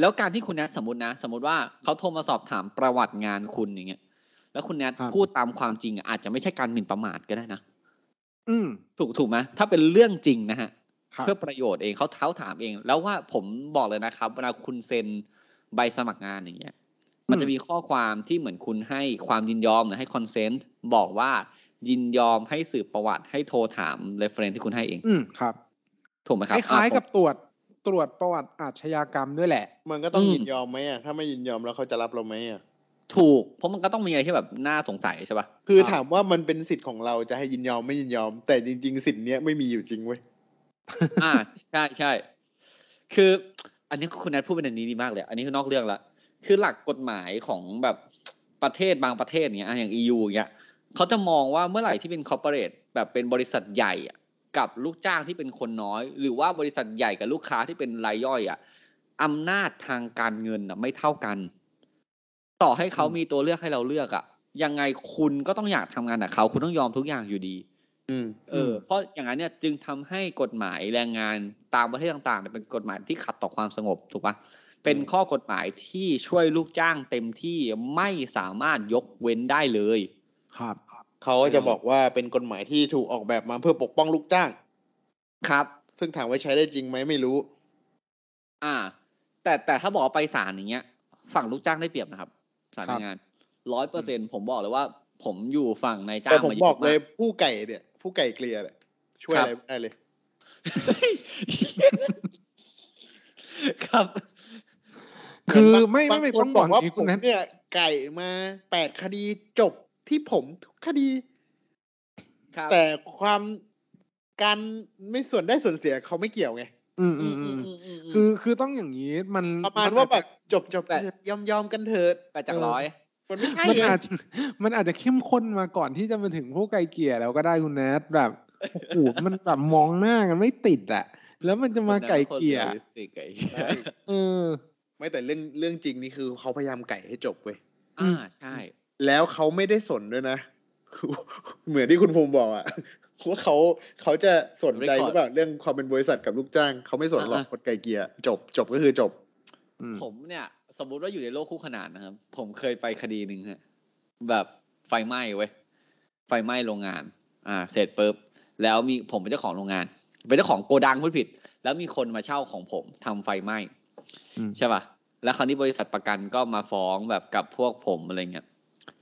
[SPEAKER 4] แล้วการที่คุณแนทสมมตินะ สมมติว่าเขาโทรมาสอบถามประวัติงานคุณอย่างเงี้ยแล้วคุณแนท
[SPEAKER 1] ครับ
[SPEAKER 4] พูดตามความจริงอะอาจจะไม่ใช่การหมิ่นประมาทก็ได้นะ
[SPEAKER 1] อืม
[SPEAKER 4] ถูกถูกไหมถ้าเป็นเรื่องจริงนะฮะ
[SPEAKER 1] ครับ
[SPEAKER 4] เพื่อประโยชน์เองเขาเท้าถามเอง แล้วว่าผมบอกเลยนะครับเวลาคุณเซ็นใบสมัครงานอย่างเงี้ยมันจะมีข้อความที่เหมือนคุณให้ความยินยอมหรือให้คอนเซนต์บอกว่ายินยอมให้สืบประวัติให้โทรถามเรฟเฟรนที่คุณให้เอง
[SPEAKER 1] อืมครับ
[SPEAKER 4] ถูกไหมค
[SPEAKER 1] ครับ ล้ายๆกับ
[SPEAKER 4] อ่ะ
[SPEAKER 1] ตรวจตรวจประวัติอาชญากรรมด้วยแหละ
[SPEAKER 3] มันก็ต้อง
[SPEAKER 4] อืม
[SPEAKER 3] ยินยอมไหมอ่ะถ้าไม่ยินยอมแล้วเขาจะรับเราไหมอ่ะ
[SPEAKER 4] ถูก เพราะมันก็ต้องมีอะไรที่แบบน่าสงสัยใช่ป่ะ
[SPEAKER 3] คือถามว่ามันเป็นสิทธิ์ของเราจะให้ยินยอมไม่ยินยอม แต่จริง ๆ สิทธิ์เนี้ยไม่มีอยู่จริงเว้ย
[SPEAKER 4] อ่าใช่ใช่คือ อันนี้คุณแอดพูดประเด็นนี้ดีมากเลย อันนี้คือนอกเรื่องละคือหลักกฎหมายของแบบประเทศบางประเทศเนี้ยอ่ะอย่าง EU เนี้ยเขาจะมองว่าเมื่อไหร่ที่เป็นคอร์ปอเรทแบบเป็นบริษัทใหญ่อะกับลูกจ้างที่เป็นคนน้อย หรือว่าบริษัทใหญ่กับลูกค้าที่เป็นรายย่อยอ่ะอำนาจทางการเงินอ่ะไม่เท่ากัน ต่อให้เขามีตัวเลือกให้เราเลือกอ่ะยังไงคุณก็ต้องอยากทำงานกับเขาคุณต้องยอมทุกอย่างอยู่ดี
[SPEAKER 3] อืม
[SPEAKER 4] เออเพราะอย่างนั้นเนี่ยจึงทำให้กฎหมายแรงงานตามประเทศต่างๆเนี่ยเป็นกฎหมายที่ขัดต่อความสงบถูกปะเป็นข้อกฎหมายที่ช่วยลูกจ้างเต็มที่ไม่สามารถยกเว้นได้เลย
[SPEAKER 1] ครับ
[SPEAKER 3] เขาจะบอกว่าเป็นกฎหมายที่ถูกออกแบบมาเพื่อปกป้องลูกจ้าง
[SPEAKER 4] ครับ
[SPEAKER 3] ซึ่งถามว่าใช้ได้จริงไหมไม่รู้
[SPEAKER 4] อ่า แต่แต่ถ้าบอกว่าไปศาลอย่างเงี้ย ฝั่งลูกจ้างได้เปรียบนะครับศาลแรงงานร้อยเปอร์เซ็นผมบอกเลยว่า ผมอยู่ฝั่งนายจ้า
[SPEAKER 3] แต่
[SPEAKER 4] ง
[SPEAKER 3] ผม
[SPEAKER 4] มา
[SPEAKER 3] บ
[SPEAKER 4] เย
[SPEAKER 3] อก
[SPEAKER 4] อะ
[SPEAKER 3] เล
[SPEAKER 4] มาย ก
[SPEAKER 3] ผู้ไก่เนี่ย ผู้ไก่เกลียเนี่ยช่วย
[SPEAKER 4] ครั
[SPEAKER 3] อะ
[SPEAKER 4] บ
[SPEAKER 3] ไรไม่ได้เลย
[SPEAKER 4] <laughs> ครับ
[SPEAKER 1] คือ
[SPEAKER 3] เหนบาง
[SPEAKER 1] ไม่
[SPEAKER 3] บา
[SPEAKER 1] ไม่
[SPEAKER 3] ค
[SPEAKER 1] ต้อ
[SPEAKER 3] น
[SPEAKER 1] ง
[SPEAKER 3] บบ อ
[SPEAKER 1] อก ก
[SPEAKER 3] ว่า
[SPEAKER 1] นี้
[SPEAKER 3] ผ
[SPEAKER 1] คุณ
[SPEAKER 3] ม
[SPEAKER 1] แนท
[SPEAKER 3] เนี่ยไก่มาแปดคดีจบที่ผมทุกคดี
[SPEAKER 4] ครับ
[SPEAKER 3] แต่ความการไม่ส่วนได้ส่วนเสียเขาไม่เกี่ยวไง
[SPEAKER 1] อืมอื
[SPEAKER 4] อื
[SPEAKER 1] ม
[SPEAKER 4] ม
[SPEAKER 1] อื
[SPEAKER 4] อืม
[SPEAKER 1] ม
[SPEAKER 4] อืมอืม
[SPEAKER 1] คือคือต้องอย่างนี้มัน
[SPEAKER 3] ประมาณว่าแบบจบจบ
[SPEAKER 4] แต่
[SPEAKER 3] เถิดยอมยอมกันเถิด
[SPEAKER 4] แปดจากร้อย
[SPEAKER 3] มันไม่ใช่
[SPEAKER 1] มัน
[SPEAKER 3] ไง
[SPEAKER 1] อาจจะ <laughs> มันอาจจะเข้มข้นมาก่อนที่จะมาถึงผู้ไกลเกลี่ยแล้วก็ได้คุณแนทแบบโอ้โหมันแบบมองหน้ากันไม่ติดอะแล้วมันจะมาไกลเกลี่ย
[SPEAKER 4] คน realistic ไอ้เหี้ย
[SPEAKER 3] ใช่
[SPEAKER 1] เออ
[SPEAKER 3] ไม่แต่เรื่องเรื่องจริงนี่คือเขาพยายามไก่ให้จบเว้ย
[SPEAKER 4] อ่าใช่
[SPEAKER 3] แล้วเขาไม่ได้สนด้วยนะ <laughs> เหมือนที่คุณภูมิบอกอะ <laughs> ว่าเขาเขาจะสนใจหรือเปล่าเรื่องความเป็นบริษัทกับลูกจ้าง เขาไม่สนหรอก
[SPEAKER 4] อ่าฮะ
[SPEAKER 3] กดไก่เกลียร์จบจบก็คือจบ
[SPEAKER 1] อืม
[SPEAKER 4] ผมเนี่ย สมมติว่าอยู่ในโลกคู่ขนานนะครับ ผมเคยไปคดีหนึ่งฮะแบบไฟไหม้เว้ยไฟไหม้โรงงาน อ่า เสร็จปุ๊บแล้วมีผมเป็นเจ้าของโรงงาน เป็นเจ้าของโกดังพูดผิด แล้วมีคนมาเช่าของผมทำไฟไหม้
[SPEAKER 1] อืม
[SPEAKER 4] ใช่ป่ะแล้วคราวนี้บริษัทประกันก็มาฟ้องแบบกับพวกผมอะไรเงี้ย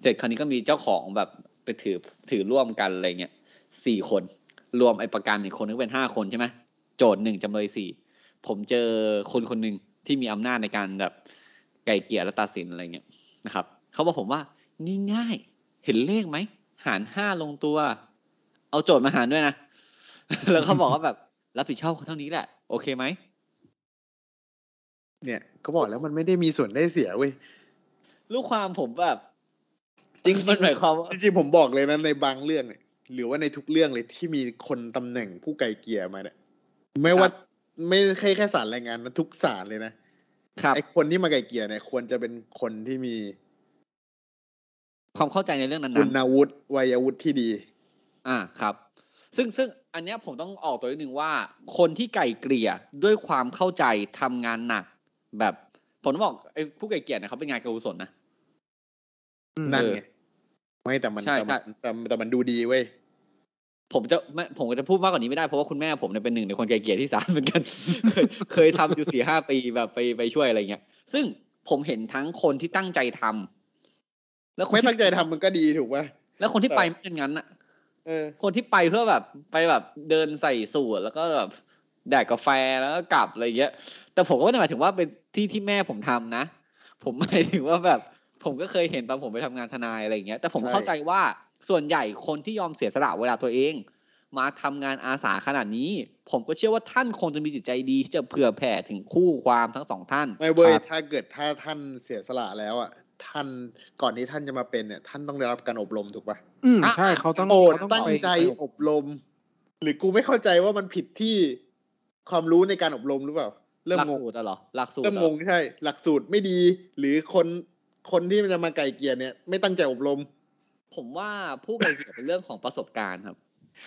[SPEAKER 4] เสร็จคราวนี้ก็มีเจ้าของแบบไปถือถือร่วมกันอะไรเงี้ยสี่คนรวมไอ้ประกันอีกคนนึงเป็นห้าคนใช่ไหมโจทย์หนึ่งจำเลยสี่ ผมเจอคนคนหนึ่งที่มีอำนาจในการแบบไก่เกลี่ยและตัดสินอะไรเงี้ยนะครับเขาบอกผมว่านี่ง่ายเห็นเลขไหม หารห้าลงตัว เอาโจทย์มาหารด้วยนะ <laughs> แล้วเขาบอกว่าแบบรับผิดชอบเขาเท่านี้แหละ โอเคไหม
[SPEAKER 3] เนี่ยเขาบอก <laughs> แล้วมันไม่ได้มีส่วนได้เสียเว้ย
[SPEAKER 4] ลูกความผมแบบ จริงมันหมายความว่า
[SPEAKER 3] จริงๆผมบอกเลยนะในบางเรื่องเนี่ยหรือว่าในทุกเรื่องเลยที่มีคนตำแหน่งผู้ไก่เกลียร์มาเนี่ยไม่ว่าไม่ใช่แค่ศาลแรงงานนะทุกศาลเลยนะครับ ไอคนที่มาไก่เกลียร์เนี่ย ควรจะเป็นคนที่มี
[SPEAKER 4] ความเข้าใจในเรื่องนั้นๆ
[SPEAKER 3] คุณวุฒิวัยวุฒิที่ดี
[SPEAKER 4] อ่าครับ ซึ่งซึ่งอันเนี้ยผมต้องออกตัวนิดนึงว่า คนที่ไก่เกลี่ยด้วยความเข้าใจทำงานหนัก แบบผมต้องบอกไอ้ผู้ไก่เกลี่ยเนะเขาเป็นงานการกุศลนะ
[SPEAKER 3] นั่น
[SPEAKER 4] เออ
[SPEAKER 3] ไงไม่แต่มัน
[SPEAKER 4] ใช่ใช่
[SPEAKER 3] แต่มันแต่มันดูดีเว้ย
[SPEAKER 4] ผมจะไม่ผมก็จะพูดมากกว่านี้ไม่ได้เพราะว่าคุณแม่ผมเนี่ยเป็นหนึ่งในคนไก่เกลี่ยที่สามเหมือน <laughs> กัน เคยเคยทำอยู่สี่ห้าปีแบบไปไปช่วยอะไรเงี้ย ซึ่งผมเห็นทั้งคนที่ตั้งใจทำแล้วคน
[SPEAKER 3] ไม่
[SPEAKER 4] ที่
[SPEAKER 3] ตั้งใจทำมันก็ดีถูกป่ะ
[SPEAKER 4] แล้วคนที่
[SPEAKER 3] แต่
[SPEAKER 4] ไปไม่เป็นงั้นอะ
[SPEAKER 3] เออ
[SPEAKER 4] คนที่ไปเพื่อแบบไปแบบเดินใส่สูทแล้วก็แบบแดกกาแฟแล้วก็กลับอะไรเงี้ย แต่ผมก็ไม่ได้หมายถึงว่าเป็นที่ที่แม่ผมทำนะ ผมหมายถึงว่าแบบ ผมก็เคยเห็นตอนผมไปทำงานทนายอะไรเงี้ย แต่ผม
[SPEAKER 3] ใช่
[SPEAKER 4] เข้าใจว่าส่วนใหญ่คนที่ยอมเสียสละเวลาตัวเอง มาทำงานอาสาขนาดนี้ ผมก็เชื่อว่าท่านคงจะมีจิตใจดีที่จะเผื่อแผ่ถึงคู่ความทั้งสองท่าน
[SPEAKER 3] ไม่เว้ยถ้าเกิดถ้าท่านเสียสละแล้วอ่ะท่านก่อนที่ท่านจะมาเป็นเนี่ย ท่านต้องได้รับการอบรมถูกป่ะ
[SPEAKER 1] อืม
[SPEAKER 4] อ่ะ
[SPEAKER 1] ใช่เขาต้อง
[SPEAKER 3] โปรด
[SPEAKER 1] เขา
[SPEAKER 3] ตั้ง
[SPEAKER 1] ไป
[SPEAKER 3] ใจ
[SPEAKER 1] ไปอบ
[SPEAKER 3] อบรม หรือกูไม่เข้าใจว่ามันผิดที่ความรู้ในการอบรมหรือเปล่า เริ่ม
[SPEAKER 4] หลัก
[SPEAKER 3] งง
[SPEAKER 4] สูตรอะเหรอหลักสูตร
[SPEAKER 3] เริ่ม
[SPEAKER 4] อะ
[SPEAKER 3] งงใช่ หลักสูตรไม่ดี หรือคนคนที่มันจะมาไก่เกลียร์เนี่ย ไม่ตั้งใจอบรม
[SPEAKER 4] ผมว่าผู้ไกลเกลี่ยเป็นเรื่องของประสบการณ์ครับ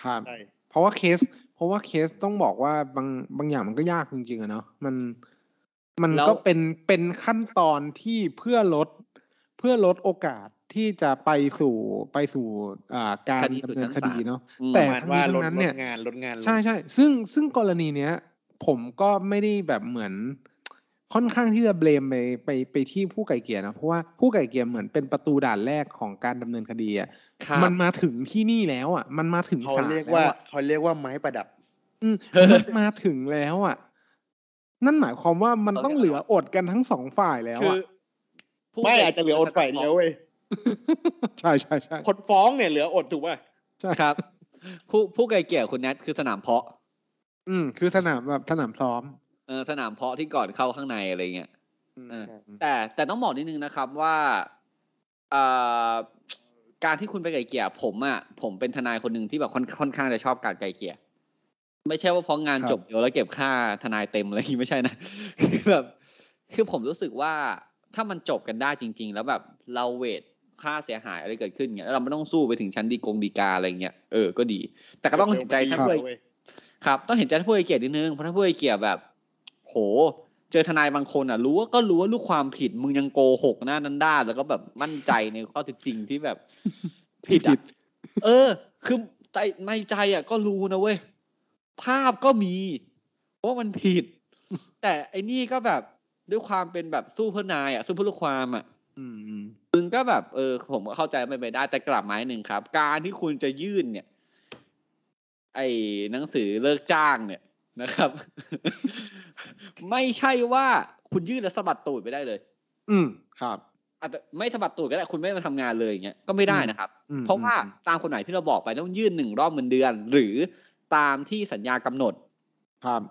[SPEAKER 1] ครับ
[SPEAKER 3] ใช่
[SPEAKER 1] เพราะว่าเคส เพราะว่าเคสต้องบอกว่าบางบางอย่างมันก็ยากจริงๆอะเนาะมันมัน
[SPEAKER 4] แล้ว
[SPEAKER 1] ก็เป็นเป็นขั้นตอนที่เพื่อลด เพื่อลดโอกาสที่จะไปสู่ไปสู่อ่าการดำเนินคดีเนาะ
[SPEAKER 4] อืม
[SPEAKER 1] แต่
[SPEAKER 3] ประมาณว่าลด
[SPEAKER 1] ทั้งนี้ทั้งนั้นเนี่ย
[SPEAKER 3] ลดงานลดงานลง
[SPEAKER 1] ใช่ใช่ซึ่งซึ่งกรณีเนี้ย ผมก็ไม่ได้แบบเหมือน ค่อนข้างที่จะเบลมไปไปไปที่ผู้ไก่เกลียนะเพราะว่าผู้ไก่เกลียเหมือนเป็นประตูด่านแรกของการดำเนินคดีอ่ะ
[SPEAKER 4] ครับ
[SPEAKER 1] มันมาถึงที่นี่แล้วอ่ะ มันมาถึง
[SPEAKER 3] เขา
[SPEAKER 1] ศาล
[SPEAKER 3] เรียก
[SPEAKER 1] แล้ว
[SPEAKER 3] ว่า
[SPEAKER 1] อะ
[SPEAKER 3] เขาเรียกว่าไม้ประดับ
[SPEAKER 1] อืม
[SPEAKER 4] เออ
[SPEAKER 1] มันมาถึงแล้วอ่ะ นั่นหมายความว่ามันต้อง
[SPEAKER 4] เอาแน่นอน
[SPEAKER 1] เหลืออดกันทั้งสองฝ่ายแล้ว
[SPEAKER 4] คือ
[SPEAKER 1] อ่ะ
[SPEAKER 4] ผู้
[SPEAKER 3] ไม่อาจจะเหลืออดฝ่ายเดียวเว้ย
[SPEAKER 1] ใช่ใช่ใช่
[SPEAKER 3] คนฟ้องเนี่ยเหลืออดถูกป่ะ
[SPEAKER 1] ใช่
[SPEAKER 4] ครับ ผู้ผู้ไกลเกลี่ยคุณแนทคือสนามเพาะ
[SPEAKER 1] อืมคือสนามแบบสนามซ้อม
[SPEAKER 4] เออสนามเพาะที่ก่อนเข้าข้างในอะไรเงี้ย
[SPEAKER 1] อืม
[SPEAKER 4] เออ แต่แต่ต้องบอกนิดนึงนะครับว่าเอ่อการที่คุณไปไกลเกลี่ยผมอ่ะผมเป็นทนายคนหนึ่งที่แบบค่อนค่อนข้างจะชอบการไกลเกลี่ยไม่ใช่ว่าเพราะงานจบเดียวแล้วเก็บค่าทนายเต็มอะไรอย่างงี้ไม่ใช่นะ <laughs> คือแบบคือผมรู้สึกว่าถ้ามันจบกันได้จริง ๆ แล้วแบบเราเวทค่าเสียหายอะไรเกิดขึ้นเงี้ยแล้วเราไม่ต้องสู้ไปถึงชั้นดีกงดีกาอะไรเงี้ยเออก็ดี แต่ก็ต้องเห็นใจท่านผู้ ครับต้องเห็นใจผู้ให้เกียรตินิดนึงเพราะถ้าผู้ให้เกียรติแบบ โห เจอทนายบางคนอ่ะ รู้ว่าก็รู้ว่าลูกความผิดมึงยังโกหกหน้านั้นด้านแล้วก็แบบมั่นใจในข้อเท็จจริงที่แบบ <laughs> ผิดอ่ะเออ คือใจในใจอ่ะ ก็รู้นะเว้ย ภาพก็มีว่ามันผิด แต่ไอ้นี่ก็แบบด้วยความเป็นแบบสู้เพื่อนายอ่ะสู้เพื่อลูกความอ่ะ
[SPEAKER 1] อืมอืม
[SPEAKER 4] ก็แบบเออผมก็เข้าใจไม่ไปได้แต่กลับมาหนึ่งครับ การที่คุณจะยื่นเนี่ย ไอ้หนังสือเลิกจ้างเนี่ยนะครับ <laughs> ไม่ใช่ว่าคุณยื่นแล้วสะบัดตูดไปได้เลย
[SPEAKER 1] อืมครับ
[SPEAKER 4] อาจจะไม่สะบัดตูดก็ได้คุณไม่มาทำงานเลยอย่างเงี้ยก็ไม่ได้นะครับ
[SPEAKER 1] อืม
[SPEAKER 4] เพราะว่า
[SPEAKER 1] อืม
[SPEAKER 4] ตามกฎหมายที่เราบอกไปต้องยื่นหนึ่งรอบเงินเดือน หรือตามที่สัญญากำหนด
[SPEAKER 1] ครับ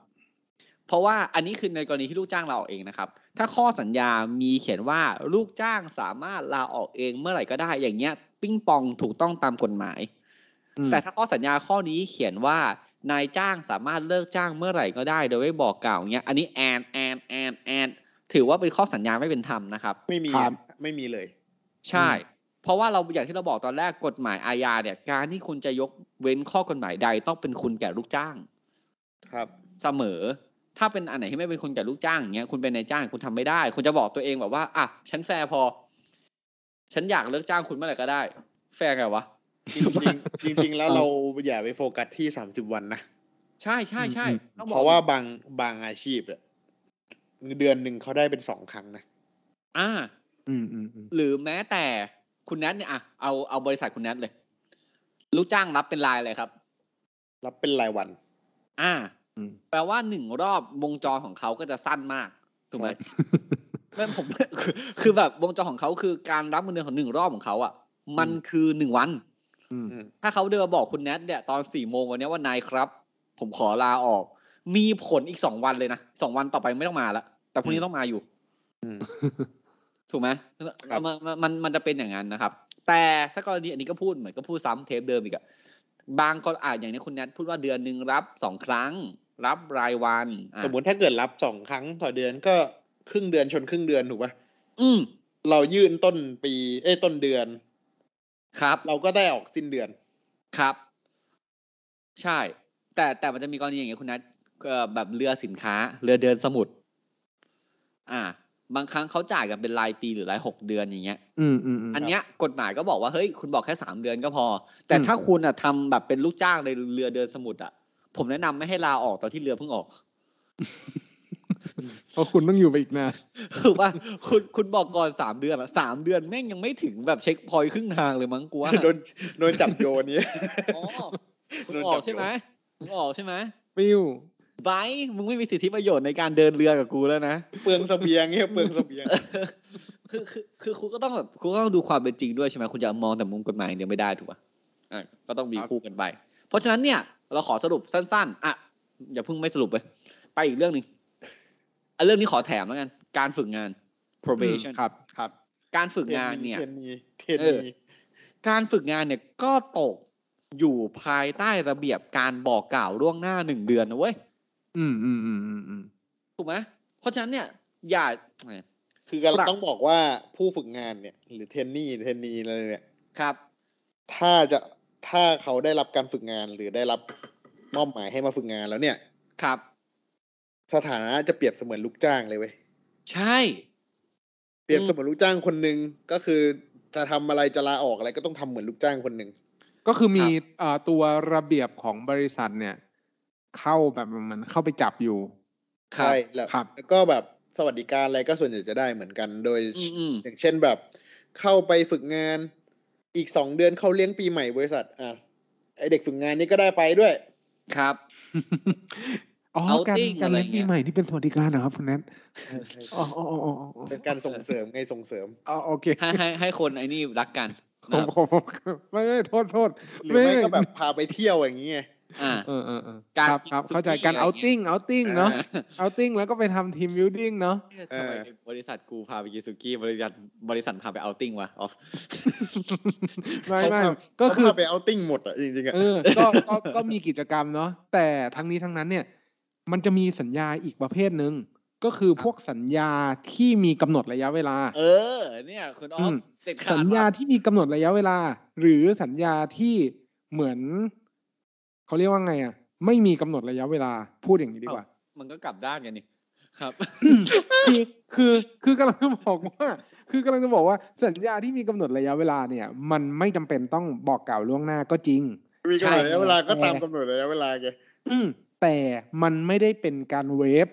[SPEAKER 4] เพราะว่าอันนี้คือในกรณีที่ลูกจ้างลาออกเองนะครับ ถ้าข้อสัญญามีเขียนว่าลูกจ้างสามารถลาออกเองเมื่อไหร่ก็ได้ อย่างเงี้ย ปิ้งปองถูกต้องตามกฎหมาย
[SPEAKER 1] อืม
[SPEAKER 4] แต่ถ้าข้อสัญญาข้อนี้เขียนว่านายจ้างสามารถเลิกจ้างเมื่อไหร่ก็ได้ โดยไม่บอกกล่าวเงี้ย อันนี้แอนแอนแอนแอนถือว่าเป็นข้อสัญญาไม่เป็นธรรมนะครับ
[SPEAKER 3] ไม่มี
[SPEAKER 1] ครับ
[SPEAKER 3] ไม่มีเลย
[SPEAKER 4] ใช่ เพราะว่าเราอย่างที่เราบอกตอนแรกกฎหมายอาญาเนี่ยการที่คุณจะยกเว้นข้อกฎหมายใดต้องเป็นคุณแก่ลูกจ้าง
[SPEAKER 3] ครับ
[SPEAKER 4] เสมอ ถ้าเป็นอันไหนที่ไม่เป็นคนกับลูกจ้างอย่างเงี้ย คุณเป็นนายจ้างคุณทำไม่ได้ คุณจะบอกตัวเองแบบว่า อ่ะ ฉันแฟร์พอ ฉันอยากเลิกจ้างคุณเมื่อไหร่ก็ได้ แฟร์ไงวะ
[SPEAKER 3] จริงๆจริง ๆ แล้วเราอย่าไปโฟกัสที่สามสิบวันนะ
[SPEAKER 4] ใช่ใช่ใช่ต้องบ
[SPEAKER 3] เพ
[SPEAKER 4] อก
[SPEAKER 3] ราะว่าบางบางอาชีพอะเดือนหนึ่งเขาได้เป็นสองครั้งนะ
[SPEAKER 4] อ่า
[SPEAKER 1] อืมอืมอืม
[SPEAKER 4] หรือแม้แต่คุณแนทเนี่ยอ่ะเอาเอาบริษัทคุณแนทเลย ลูกจ้างรับเป็นรายเลยครับ
[SPEAKER 3] รับเป็นรายวัน
[SPEAKER 4] อ่า
[SPEAKER 1] อืม
[SPEAKER 4] แปลว่าหนึ่งรอบวงจรของเขาก็จะสั้นมากถูกไหมแม่ <laughs> ผมคือคือแบบวงจรของเขาคือการรับเงินเดือนของหนึ่งรอบของเขาอ่ะ มันคือหนึ่งวัน
[SPEAKER 1] อืม
[SPEAKER 4] ถ้าเขาเดินมาบอกคุณแนทเนี่ยตอนสี่โมงวันเนี้ยว่านายครับ ผมขอลาออก มีผลอีกสองวันเลยนะสองวันต่อไปไม่ต้องมาละแต่พรุ่งนี้ต้องมาอยู่ถูกไหม
[SPEAKER 3] ครับ
[SPEAKER 4] มันมันมันมันจะเป็นอย่างนั้นนะครับ แต่ถ้ากรณีอันนี้ก็พูดเหมือนก็พูดซ้ำเทปเดิมอีกอะบางกรอาจอย่างนี้คุณแนทพูดว่าเดือนหนึ่งรับสองครั้ง รับรายวันอ่ะ
[SPEAKER 3] สมมติถ้าเกิดรับสองครั้งต่อเดือนก็ครึ่งเดือนชนครึ่งเดือนถูกปะ
[SPEAKER 4] อืม
[SPEAKER 3] เรายื่นต้นปี เอ้ยต้นเดือน
[SPEAKER 4] ครับ
[SPEAKER 3] เราก็ได้ออกสิ้นเดือน
[SPEAKER 4] <laughs> ครับ ใช่ แต่แต่มันจะมีกรณีอย่างเงี้ยคุณนัทเอ่อแบบเรือสินค้า เรือเดินสมุทรอ่า บางครั้งเขาจ่ายกันเป็นรายปีหรือรายหกเดือนอย่างเงี้ย
[SPEAKER 1] อืมอืมอืม
[SPEAKER 4] อันเนี้ยกฎหมายก็บอกว่าเฮ้ยคุณบอกแค่สามเดือนก็พอ แต่
[SPEAKER 1] อืม
[SPEAKER 4] ถ้าคุณอ่ะทำแบบเป็นลูกจ้างในเรือเดินสมุทรอ่ะ ผมแนะนำไม่ให้ลาออกตอนที่เรือเพิ่งออก <laughs>
[SPEAKER 1] เพราะคุณต้องอยู่ไปอีกนาน
[SPEAKER 4] คือว่าคุณคุณบอกก่อนสามเดือนอะสามเดือนแม่งยังไม่ถึงแบบเช็คพอยต์ครึ่งทางเลยมั้งกูว่า
[SPEAKER 3] <laughs> โดนโดนจับโยนเนี้ย
[SPEAKER 4] อ๋อมึง
[SPEAKER 3] <laughs> โดน
[SPEAKER 4] อ
[SPEAKER 3] จั
[SPEAKER 4] อก
[SPEAKER 3] บโยน
[SPEAKER 4] ใช่ไหมมึงออกใช่ไหม
[SPEAKER 1] ฟิว
[SPEAKER 4] ไบร์ทมึงไม่มีสิทธิประโยชน์ในการเดินเรือกับกูแล้วนะ
[SPEAKER 3] เปลืองเสบียงเงี้ยเปลืองเสบียง
[SPEAKER 4] <laughs> คือคือคือคุณก็ต้องแบบคุณก็ต้องดูความเป็นจริงด้วยใช่ไหมคุณจะมองแต่มุมกฎหมายอย่างเดียวไม่ได้ถูกป่ะอ่ะก็ต้องมีคู่กันไป เพราะฉะนั้นเนี่ยเราขอสรุปสั้น ๆ อ่ะ อย่าเพิ่งไม่สรุปไป ไปอีกเรื่องหนึ่งอ่ะเรื่องนี้ขอแถมแล้วกัน การฝึกงาน probation
[SPEAKER 1] ครับครับ
[SPEAKER 4] การฝึก
[SPEAKER 3] เทรน
[SPEAKER 4] งาน
[SPEAKER 3] นี
[SPEAKER 4] เนี่ย
[SPEAKER 3] เทรนนีเทรน
[SPEAKER 4] เออ
[SPEAKER 3] นี
[SPEAKER 4] การฝึกงานเนี่ยก็ตกอยู่ภายใต้ระเบียบการบอกกล่าวล่วงหน้าหนึ่งเดือนนะเว้ย
[SPEAKER 1] อืมอืมอืมอืมอืม
[SPEAKER 4] ถูกไหมเพราะฉะนั้นเนี่ยอย่า
[SPEAKER 3] คือกำลังต้องบอกว่าผู้ฝึกงานเนี่ย หรือเทรนนีเทรนนีอะไรเนี่ย
[SPEAKER 4] ครับ
[SPEAKER 3] ถ้าจะถ้าเขาได้รับการฝึกงานหรือได้รับมอบหมายให้มาฝึกงานแล้วเนี่ย
[SPEAKER 4] ครับ
[SPEAKER 3] สถานะจะเปรียบเสมือนลูกจ้างเลยเว้ย
[SPEAKER 4] ใช่
[SPEAKER 3] เปรียบเสมือนลูกจ้างคนหนึ่งก็คือจะทำอะไรจะลาออกอะไรก็ต้องทำเหมือนลูกจ้างคนหนึ่ง
[SPEAKER 1] ก็คือมีเอ่อตัวระเบียบของบริษัทเนี่ย เข้าแบบมันเข้าไปจับอยู่
[SPEAKER 4] ครั
[SPEAKER 3] ใช่
[SPEAKER 4] บ
[SPEAKER 3] แล้ว
[SPEAKER 1] ครับ
[SPEAKER 3] แล้วก็แบบสวัสดิการอะไรก็ส่วนใหญ่จะได้เหมือนกันโดย
[SPEAKER 4] อืมอืม
[SPEAKER 3] อย่างเช่นแบบเข้าไปฝึกงานอีกสองเดือนเข้าเลี้ยงปีใหม่บริษัท อ่ะไอเด็กฝึกงานนี่ก็ได้ไปด้วย
[SPEAKER 4] ครับ
[SPEAKER 1] อ๋อ
[SPEAKER 4] Outing
[SPEAKER 1] การการ
[SPEAKER 4] อะไร
[SPEAKER 1] เลี้ยงปี
[SPEAKER 4] เงี้ย
[SPEAKER 1] ใหม่นี่เป็นสวัสดิการนะครับคุณแนทอ๋ออ๋ออ๋ออ๋อ
[SPEAKER 3] เป็นการส่งเสริมไงส่งเสริม
[SPEAKER 1] อ๋อโอเค
[SPEAKER 4] ให้ให้ให้คนไอ้นี่รักกัน
[SPEAKER 1] ผ
[SPEAKER 4] นะ
[SPEAKER 1] ม
[SPEAKER 4] ครับ
[SPEAKER 1] ผมผมไม่ไม่โทษโทษ
[SPEAKER 3] หรือไม่ก็แบบพาไปเที่ยวอย่างเงี้ย
[SPEAKER 4] อ่า
[SPEAKER 1] เออเออเออ
[SPEAKER 4] การ
[SPEAKER 1] ครับครับ
[SPEAKER 4] กินซุกี้
[SPEAKER 1] เข้าใจการ
[SPEAKER 4] อะไรเงี้ย
[SPEAKER 1] outing outing เนาะ outing แล้วก็ไปทำ team building เนาะ <laughs>
[SPEAKER 4] ทำไมบริษัทกูพาไปกินสุกี้บริษัทบริษัทพาไปเอาติ้งวะ
[SPEAKER 1] <laughs>
[SPEAKER 4] ออฟ
[SPEAKER 1] ไม่ไม่
[SPEAKER 3] เขาพา
[SPEAKER 1] ก็คือ
[SPEAKER 3] เขาพาไปเอาติ้งหมดอ่ะจริงๆอ่ะ
[SPEAKER 1] เออก็ก็ก็มีกิจกรรมเนาะแต่ทั้งนี้ทั้งนั้นเนี่ย มันจะมีสัญญาอีกประเภทหนึ่งก็คือพวกสัญญาที่มีกำหนดระยะเวลา
[SPEAKER 4] เออ เนี่ยคุณออ
[SPEAKER 1] อื
[SPEAKER 4] ฟ
[SPEAKER 1] ม
[SPEAKER 4] เด็ดขาด
[SPEAKER 1] สัญญา
[SPEAKER 4] ว่ะ
[SPEAKER 1] ที่มีกำหนดระยะเวลา หรือสัญญาที่เหมือนเขาเรียกว่าไงอ่ะ ไม่มีกำหนดระยะเวลาพูดอย่างนี้ดีกว่า
[SPEAKER 4] มันก็กลับด้านกันนี่ครับ
[SPEAKER 1] <laughs>
[SPEAKER 4] <laughs>
[SPEAKER 1] คือคือคือกำลังจะบอกว่า คือกำลังจะบอกว่าสัญญาที่มีกำหนดระยะเวลาเนี่ย มันไม่จำเป็นต้องบอกกล่าวล่วงหน้าก็จริง
[SPEAKER 3] มีกำหนดระยะเวลาก็
[SPEAKER 1] ใช่
[SPEAKER 3] ตามกำหนดระยะเวลาไง
[SPEAKER 1] อืมแต่มันไม่ได้เป็นการเวฟ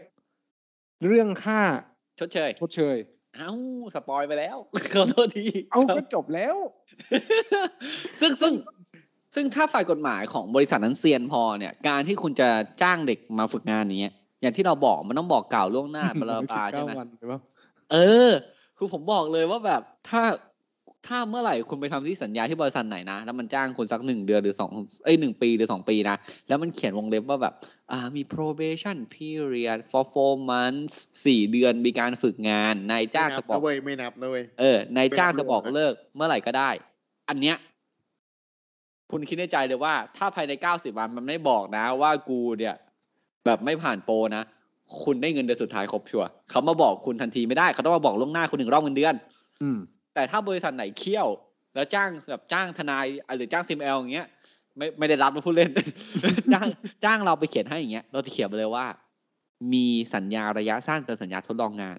[SPEAKER 1] เรื่องค่า
[SPEAKER 4] ชดเชย
[SPEAKER 1] ชดเชย
[SPEAKER 4] เอ้า สปอยไปแล้ว <laughs> ขอโทษที
[SPEAKER 1] เอา
[SPEAKER 4] ครับ
[SPEAKER 1] ก็จบแล้ว
[SPEAKER 4] <laughs> ซึ่งซึ่งซึ่งถ้าฝ่ายกฎหมายของบริษัทนั้นเซียนพอเนี่ย การที่คุณจะจ้างเด็กมาฝึกงานอย่างเนี้ยอย่างที่เราบอกมันต้องบอกกล่าวล่วงหน้า บลาบลา
[SPEAKER 1] 19
[SPEAKER 4] ใช่ไหม
[SPEAKER 1] วันไปปะ
[SPEAKER 4] เออ คือผมบอกเลยว่าแบบถ้าถ้าเมื่อไหร่คุณไปทำที่สัญญาที่บริษัทไหนนะ แล้วมันจ้างคุณสักหนึ่งเดือนหรือสองเอ้ยหนึ่งปีหรือสองปีนะ แล้วมันเขียนวงเล็บว่าแบบ อ่ามี probation period for four months สี่เดือนมีการฝึกงานนายจ้างจะ
[SPEAKER 3] ไม่
[SPEAKER 4] บอ
[SPEAKER 3] นั
[SPEAKER 4] ก
[SPEAKER 3] นะเว้ยไม่นับนะเว้ย
[SPEAKER 4] เออนายจ้าง
[SPEAKER 3] ไม่
[SPEAKER 4] จะ
[SPEAKER 3] รับ
[SPEAKER 4] บอ
[SPEAKER 3] เรื่อง
[SPEAKER 4] กเลิกเมื่อไหร่ก็ได้ อันเนี้ยคุณคิดในใจเลยว่า ถ้าภายในเก้าสิบวันมันไม่บอกนะ ว่ากูเนี่ย แบบไม่ผ่านโปรนะ คุณได้เงินเดือนสุดท้ายครบชัวร์เขามาบอกคุณทันทีไม่ได้ เขาต้องมาบอกล่วงหน้าคุณหนึ่งรอบเงินเดือน
[SPEAKER 1] อืม
[SPEAKER 4] แต่ถ้าบริษัทไหนเคี่ยว แล้วจ้างแบบจ้างทนายหรือจ้างซีมเอลอย่างเงี้ยไม่ไม่ได้รับมาพูดเล่น <laughs> จ้างจ้างเราไปเขียนให้อย่างเงี้ยเราจะเขียนไปเลยว่า มีสัญญาระยะสั้นเป็นสัญญาทดลองงาน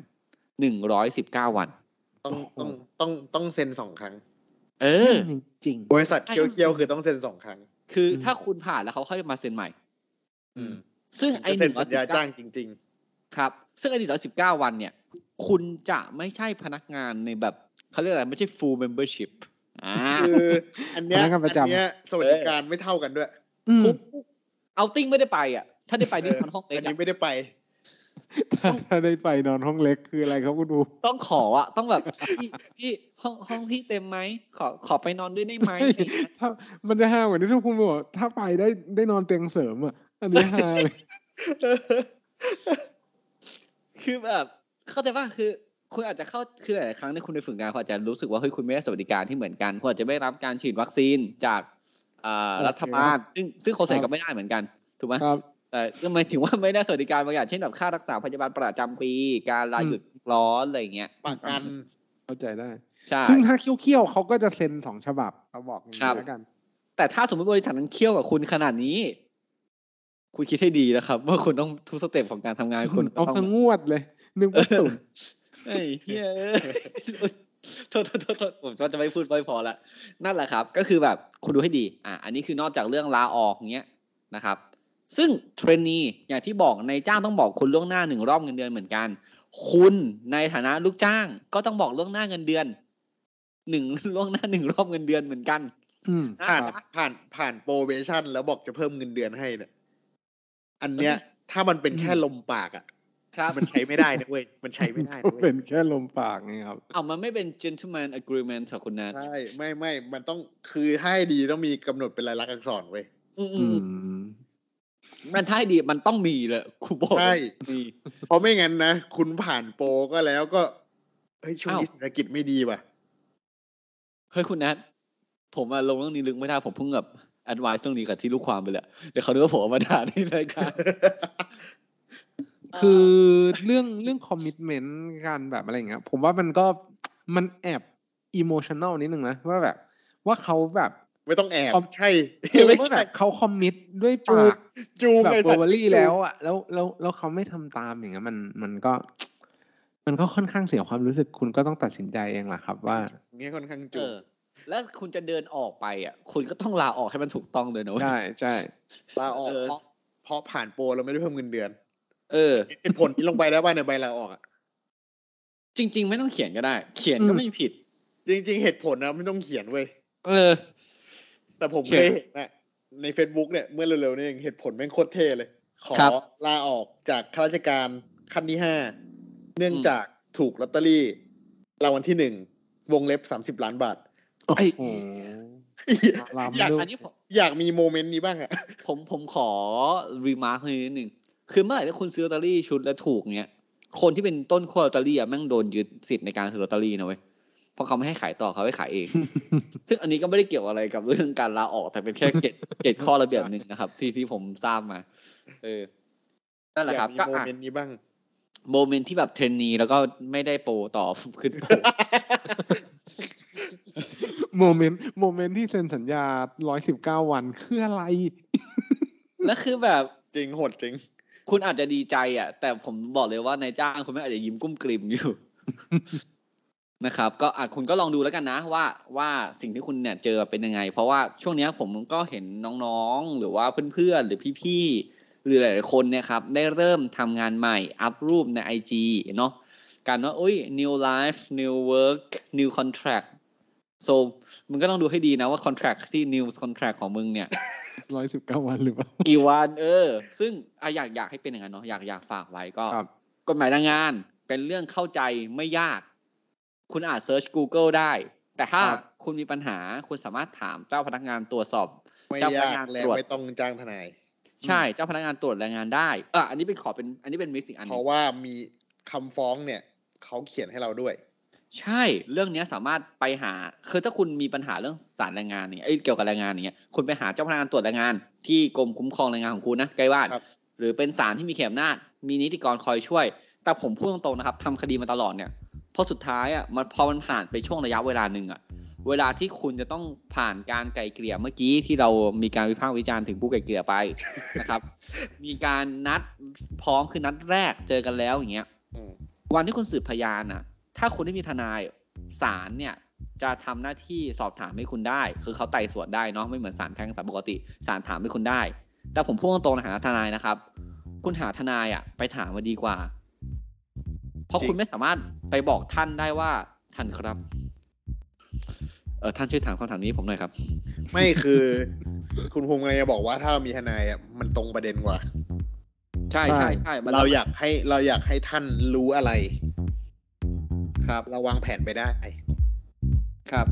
[SPEAKER 4] หนึ่งร้อยสิบเก้าวัน
[SPEAKER 3] ต้อง
[SPEAKER 1] โอ้
[SPEAKER 3] ต้อง
[SPEAKER 1] โห
[SPEAKER 3] ต้องต้องเซ็นสองครั้ง
[SPEAKER 4] เออ
[SPEAKER 1] จริง
[SPEAKER 3] บริษัทเคี้ยวเคี้ยวๆคือต้องเซ็นสองครั้ง
[SPEAKER 4] คืออ
[SPEAKER 1] ม
[SPEAKER 4] ถ้าคุณผ่านแล้วเขาค่อยมาเซ็นใหม่
[SPEAKER 3] อืม
[SPEAKER 4] ซึ่ง
[SPEAKER 3] ถึง
[SPEAKER 4] ไอ้
[SPEAKER 3] จะ
[SPEAKER 4] ห
[SPEAKER 3] เซ็น
[SPEAKER 4] นึ่งร้อย
[SPEAKER 3] สั
[SPEAKER 4] สิ
[SPEAKER 3] ญญา
[SPEAKER 4] บเก้า
[SPEAKER 3] จ้างจริง
[SPEAKER 4] ครับ ซึ่งไอ้หนึ่งร้อยสิบเก้าวันเนี่ย คุณจะไม่ใช่พนักงานในแบบเขาเรียกอะไรไม่ใช่ full membership อ่า
[SPEAKER 3] ๆ คืออันเนี้
[SPEAKER 1] พ
[SPEAKER 3] ย
[SPEAKER 1] นักงานประจำ
[SPEAKER 3] อันเนี้ยสวัสดิการไม่เท่ากันด้วย
[SPEAKER 1] อืม
[SPEAKER 4] ทุกเอาติ้งไม่ได้ไปอ่ะ ถ้าได้
[SPEAKER 3] <laughs>
[SPEAKER 4] ไปนี่มันห้องเล็ก
[SPEAKER 3] อัน
[SPEAKER 4] อะ
[SPEAKER 3] นี้ไม่ได้ไป
[SPEAKER 1] ถ้าถ้าได้ไปนอนห้องเล็กคืออะไรครับคุณดู
[SPEAKER 4] ต้องขออ่ะ ต้องแบบ <laughs> พี่พี่ห้องห้องพี่เต็มไหม ขอขอไปนอนด้วยได้ไหมอะไรอย่างเงี้ย
[SPEAKER 1] ถ้ามันจะห้ากว่านี้ถ้าคุณบอกว่าถ้าไปได้ได้นอนเตียงเสริมอ่ะ อันนี้ห้าเลย
[SPEAKER 4] <laughs> คือแบบ เข้าใจว่าคือ คุณอาจจะเข้าคือหลายๆครั้งเนี่ยคุณไปฝึกงานคุณอาจจะรู้สึกว่าเฮ้ยคุณไม่ได้สวัสดิการที่เหมือนกันคุณอาจจะไม่ได้รับการฉีดวัคซีนจากอ่ารัฐบาลซึ่งซึ่งโคเซก็ไม่ได้เหมือนกันถูกไหม
[SPEAKER 1] ครับ
[SPEAKER 4] แต่ก็หมายถึงว่าไม่ได้สวัสดิการบางอย่างเช่นแบบค่ารักษาพยาบาลประจำปี การลาหยุดร้อนอะไรอย่างเงี้ย
[SPEAKER 3] ปากกัน
[SPEAKER 1] เข้าใจได้
[SPEAKER 4] ใช่
[SPEAKER 1] ซึ่งถ้าเคี้ยวๆเขาก็จะเซ็นสองฉบับเราบอกอย่าง
[SPEAKER 4] ครั
[SPEAKER 1] นี้
[SPEAKER 4] บ
[SPEAKER 1] แล้วกัน
[SPEAKER 4] แต่ถ้าสมมติบริษัทนั้นเคี่ยวกับคุณขนาดนี้ คุณคิดให้ดีนะครับ ว่าคุณต้องทุกสเต็ปของการทำงานคุณ
[SPEAKER 1] เอา
[SPEAKER 4] ต้
[SPEAKER 1] ส
[SPEAKER 4] ง
[SPEAKER 1] งวดเลย นึกว่าตุ่น
[SPEAKER 4] <laughs> ไอ้เหี้ยเอ้ยโทษโทษโทษโทษผมก็จะไม่พูดไม่พอละนั่นแหละครับ ก็คือแบบคุณดูให้ดี อ่ะอันนี้คือนอกจากเรื่องลาออกเงี้ยนะครับ ซึ่งเทรนนีอย่างที่บอกนายจ้างต้องบอกคุณล่วงหน้าหนึ่งรอบเงินเดือนเหมือนกัน คุณในฐานะลูกจ้างก็ต้องบอกล่วงหน้าเงินเดือนหนึ่ง ล่วงหน้าหนึ่งรอบเงินเดือนเหมือนกัน
[SPEAKER 1] อืม
[SPEAKER 4] นะ
[SPEAKER 3] ผ่าน
[SPEAKER 4] ครับ
[SPEAKER 3] ผ่านผ่านโปรเบชั่นแล้วบอกจะเพิ่มเงินเดือนให้เนี่ย อันเนี้ย ถ้ามันเป็นแค่ลมปากอ่ะ
[SPEAKER 4] ครับ
[SPEAKER 3] มันใช้ไม่ได้นะเว้ย มันใช้ไม่ได้
[SPEAKER 1] ก็
[SPEAKER 3] นะเว้
[SPEAKER 1] เป็
[SPEAKER 3] ย
[SPEAKER 1] นแค่ลมปากไงครับ
[SPEAKER 4] เอามันไม่เป็น gentleman agreement ของคุณนัท
[SPEAKER 3] ใช่ ไม่ไม่ มันต้องคือถ้าให้ดีต้องมีกำหนดเป็นลายลักษณ์อักษรเว้ย
[SPEAKER 4] อืมอื
[SPEAKER 1] อื
[SPEAKER 4] ม
[SPEAKER 1] ม
[SPEAKER 4] มันถ้าให้ดีมันต้องมีเลยครูบอก
[SPEAKER 3] ใช่
[SPEAKER 4] มี
[SPEAKER 3] เพราะไม่งั้นนะ คุณผ่านโปรก็แล้วก็ เฮ้ย ช่วงนี้
[SPEAKER 4] อ้าว
[SPEAKER 3] เศรษฐกิจไม่ดีว่ะ
[SPEAKER 4] เฮ้ยคุณนัทผมอะลงเรื่องนี้ลึกไม่ได้ผมเพิ่งแบบ advice เรื่องนี้กับที่ลูกความไปเลยเดี๋ยวเขาเนื้อผมเอามาด่าในรายการ
[SPEAKER 1] คือเรื่องเรื่องคอมมิชเมนต์การแบบอะไรอย่างเงี้ยผมว่ามันก็มันแอบอิโมชันแนลนิดนึงนะว่าแบบ ว่าเขาแบบ
[SPEAKER 3] ไม่ต้องแอบ
[SPEAKER 1] คอม
[SPEAKER 3] ใช่ <laughs>
[SPEAKER 1] คือ
[SPEAKER 3] ไม่
[SPEAKER 1] ว่าแบ
[SPEAKER 3] ใช่
[SPEAKER 1] บเขาคอมมิตด้วยปาก
[SPEAKER 3] จูง
[SPEAKER 1] แบบ
[SPEAKER 3] ไอ้
[SPEAKER 1] เว
[SPEAKER 3] สั
[SPEAKER 1] อ
[SPEAKER 3] ตว์
[SPEAKER 1] ร์รี่แล้วอ่ะแล้วแล้วแล้วเขาไม่ทำตามอย่างเงี้ยมันมันก็ มันก็ค่อนข้างเสียความรู้สึกคุณก็ต้องตัดสินใจเองล่ะครับ ว่า
[SPEAKER 3] เนี่ยค่อนข้า
[SPEAKER 4] <laughs>
[SPEAKER 3] ง
[SPEAKER 4] เอ
[SPEAKER 3] จูง
[SPEAKER 4] อ แล้วคุณจะเดินออกไปอ่ะ คุณก็ต้องลาออกให้มันถูกต้องเลยนะเว้ย
[SPEAKER 1] ใช่ใช่
[SPEAKER 3] ลาออก
[SPEAKER 4] เออ
[SPEAKER 3] เพราะเพราะผ่านโปรเราไม่ได้เพิ่มเงินเดือน
[SPEAKER 4] เออ
[SPEAKER 3] เห็นผลนี้ลงไปได้ป่ะในใบลาออกอะ
[SPEAKER 4] จริง ๆ ไม่ต้องเขียนก็ได้ เขียนก็ไม่ผิด
[SPEAKER 3] จริง ๆ เหตุผลนะไม่ต้องเขียนเว้ย
[SPEAKER 4] เออ
[SPEAKER 3] แต่ผมเคยเห็นนะใน Facebook เนี่ยเมื่อเร็วๆนี่เองเหตุผลแม่งโคตรเท่เลย ขอ
[SPEAKER 4] ครับ
[SPEAKER 3] ลาออกจากข้าราชการขั้นที่ห้าเนื่อง
[SPEAKER 4] อืม
[SPEAKER 3] จากถูกลอตเตอรี่รางวัลที่หนึ่งวงเล็บสามสิบล้านบาท
[SPEAKER 1] โอ้
[SPEAKER 3] ไอ้
[SPEAKER 4] <laughs>
[SPEAKER 1] โห ลำ
[SPEAKER 4] อยากอันนี้ผม
[SPEAKER 3] อยากมีโมเมนต์นี้บ้างอะ
[SPEAKER 4] ผมผมขอรีมาร์คนิดนึงคือเมื่อไหร่ที่คุณซื้อลอตเตอรี่ชุดแล้วถูกเนี้ยคนที่เป็นต้นขั้วลอตเตอรี่อ่ะแม่งโดนยึดสิทธิ์ในการถือลอตเตอรี่นะเว้ยเพราะเขาไม่ให้ขายต่อเขาให้ขายเอง ซึ่งอันนี้ก็ไม่ได้เกี่ยวอะไรกับเรื่องการลาออกแต่เป็นแค่เกตเกตข้อระเบียบหนึ่งนะครับ ที่ที่ผมทราบมา เออนั่นแห
[SPEAKER 3] อ
[SPEAKER 4] ละค
[SPEAKER 3] ยา
[SPEAKER 4] รั
[SPEAKER 3] ก
[SPEAKER 4] บ
[SPEAKER 3] มี
[SPEAKER 4] ก็
[SPEAKER 3] โม
[SPEAKER 4] อ่ะ
[SPEAKER 3] เมนต์นี้บ้าง
[SPEAKER 4] โมเมนต์ที่แบบเทรนนีแล้วก็ไม่ได้โปรต่อ <laughs> ขึ้นโปร
[SPEAKER 1] โมเมนต์โมเมนต์ที่เซ็นสัญญาร้อยสิบเก้าวันคืออะไร
[SPEAKER 4] แล้วคือแบบ
[SPEAKER 3] จริงโหดจริง
[SPEAKER 4] คุณอาจจะดีใจอ่ะ แต่ผมบอกเลยว่านายจ้างคุณไม่งอาจจะยิ้มกุ้มกลิ่มอยู่ <laughs> นะครับ ก็อาจคุณก็ลองดูแล้วกันนะว่าว่าสิ่งที่คุณเนี่ยเจอเป็นยังไง เพราะว่าช่วงเนี้ยผมก็เห็นน้องๆ หรือว่าเพื่อนๆ หรือพี่ๆ หรือหลายๆคนเนี่ยครับ ได้เริ่มทำงานใหม่ อัพรูปใน IG เนาะการว่าอุ้ย new life new work new contract so มึงก็ต้องดูให้ดีนะว่า contract ที่ new contract ของมึงเนี่ย
[SPEAKER 1] ร้อยสิบเก้าวันหรือเปล่า
[SPEAKER 4] กี่วันเออ ซึ่งอะอยากอยากให้เป็นอย่างนั้นเนาะอยากอยากฝากไว้ก็
[SPEAKER 1] ครับ
[SPEAKER 4] กฎหมายแรงงาน เป็นเรื่องเข้าใจไม่ยาก คุณอาจเซิร์ช Google ได้ แต่ถ้า
[SPEAKER 3] ครับ
[SPEAKER 4] คุณมีปัญหาคุณสามารถถามเจ้าพนักงานตรวจสอบ
[SPEAKER 3] ไม่
[SPEAKER 4] เจ้าพ
[SPEAKER 3] ยา
[SPEAKER 4] นักงาน
[SPEAKER 3] กและ
[SPEAKER 4] ตรวจ
[SPEAKER 3] ไม่ต้องจ้างทนาย
[SPEAKER 4] ใช่เจ้าพนักงานตรวจแรงงานได้เอออันนี้เป็นขอเป็นอันนี้เป็นมิสอีกอันห
[SPEAKER 3] เพ
[SPEAKER 4] นึ่ง
[SPEAKER 3] ราะว่ามีคำฟ้องเนี่ย เขาเขียนให้เราด้วย
[SPEAKER 4] ใช่เรื่องเนี้ยสามารถไปหาคือถ้าคุณมีปัญหาเรื่องสารแรงงานเนี่ยเอ้ยเกี่ยวกับแรงงานอย่างเงี้ยคุณไปหาเจ้าพนักงานตรวจแรงงาน ที่กรมคุ้มครองแรงงานของคุณนะใกล้บ้าน
[SPEAKER 3] ครับ
[SPEAKER 4] หรือเป็นศาลที่มีเขียมนาจมีนิติกรคอยช่วย แต่ผมพูดตรงๆนะครับทำคดีมาตลอดเนี่ยเพราะสุดท้ายอ่ะมันพอมันผ่านไปช่วงระยะเวลาหนึ่งอ่ะ เวลาที่คุณจะต้องผ่านการไกลเกลี่ยเมื่อกี้ที่เรามีการวิพากษ์วิจารณ์ถึงผู้ไกลเกลี่ยไป นะครับ มีการนัดพร้อมคือนัดแรกเจอกันแล้วอย่างเงี้ย
[SPEAKER 3] อืม
[SPEAKER 4] วันที่คุณสืบพยานน่ะ ถ้าคุณไม่มีทนายศาลเนี่ย จะทำหน้าที่สอบถามให้คุณได้ คือเขาไต่สวนได้เนาะไม่เหมือนศาลแพ่งศาลปกติศาลถามให้คุณได้ แต่ผมพูดตรงๆในฐานะทนายนะครับ คุณหาทนายอ่ะ ไปถามมาดีกว่า เพราะ
[SPEAKER 3] จริง
[SPEAKER 4] คุณไม่สามารถไปบอกท่านได้ว่าท่านครับ เออท่านช่วยถามคำถามนี้ผมหน่อยครับ
[SPEAKER 3] ไม่คือ <laughs> คุณภูมิไงจะบอกว่าถ้ามีทนายอะมันตรงประเด็นกว่า
[SPEAKER 4] ใช่ใช่ใช่มัน
[SPEAKER 3] เราอยากให้เราอยากให้ท่านรู้อะไร
[SPEAKER 4] ครับ
[SPEAKER 3] เราวางแผนไปได้
[SPEAKER 4] ครับ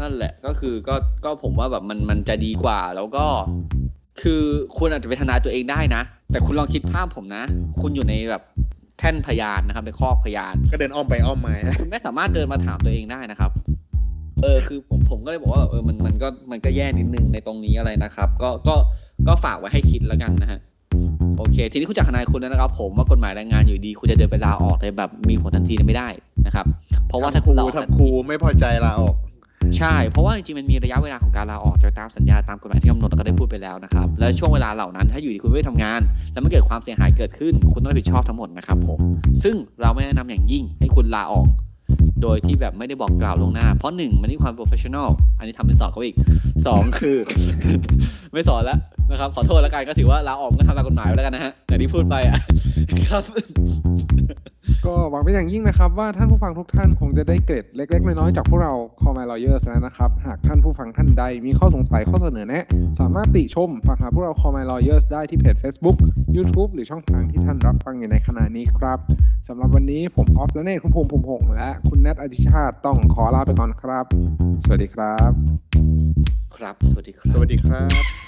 [SPEAKER 4] นั่นแหละก็คือก็ก็ผมว่าแบบมันมันจะดีกว่า แล้วก็ คือคุณอาจจะไปนทนายตัวเองได้นะ แต่คุณลองคิดภาพผมนะ คุณอยู่ในแบบแท่นพยานนะครับในคอกพยาน
[SPEAKER 3] ก็เดินอ้อมไปอ้อมมา
[SPEAKER 4] คุณไม่สามารถเดินมาถามตัวเองได้นะครับ เออคือผมผมก็เลยบอกว่าแบบเออมันมันก็มันก็แย่นิดนึงในตรงนี้อะไรนะครับ ก็ก็ก็ฝากไว้ให้คิดแล้วกันนะฮะโอเค ทีนี้คุณจากทนายคุณแล้วนะครับ ผมว่ากฎหมายแรงงานอยู่ดี คุณจะเดินไปลาออกในแบบมีผลทันทีเนี่ยไม่ได้นะครับ เพราะว่าถ้าคุณลาออกทัน
[SPEAKER 3] ทำค
[SPEAKER 4] ที
[SPEAKER 3] รูไม่พอใจลาออก
[SPEAKER 4] ใช่ เพราะว่าจริงๆ มันมีระยะเวลาของการลาออกโดยตามสัญญาตามกฎหมายที่กำหนดแล้วก็ได้พูดไปแล้วนะครับ และช่วงเวลาเหล่านั้นถ้าอยู่ดีคุณไม่ได้ทำงาน แล้วมันเกิดความเสียหายเกิดขึ้น คุณต้องรับผิดชอบทั้งหมดนะครับผม ซึ่งเราไม่แนะนำอย่างยิ่งให้คุณลาออก โดยที่แบบไม่ได้บอกกล่าวลวงหน้า เพราะหนึ่งมันไม่มีความโปรเฟชชั่นอล อันนี้ทำเป็นสอนเขาอีกสองคือ <laughs> ไม่สอนแล้วนะครับ ขอโทษแล้วกันก็ถือว่าลาออกก็ทำตามกฎหมายไว้แล้วกันนะฮะอย่างที่พูดไปอ่ะ <laughs> ครับ
[SPEAKER 1] ก็หวังเป็นอย่างยิ่งนะครับ ว่าท่านผู้ฟังทุกท่านคงจะได้เกร็ดเล็ก ๆ น้อยๆจากพวกเรา Call My Lawyers แล้วนะครับ หากท่านผู้ฟังท่านใดมีข้อสงสัยข้อเสนอแนะ สามารถติชมฝากหาพวกเรา Call My Lawyers ได้ที่เพจ Facebook YouTube หรือช่องทางที่ท่านรับฟังอยู่ในขณะนี้ครับสำหรับวันนี้ผมออฟและเนธคุณภูมิภูมิพงษ์และคุณแนทอธิชาติต้องขอลาไปก่อนครับ สวัสดีครับ
[SPEAKER 4] ครับ สวัสดีครั
[SPEAKER 3] ส
[SPEAKER 4] บ
[SPEAKER 3] วัสดีครับ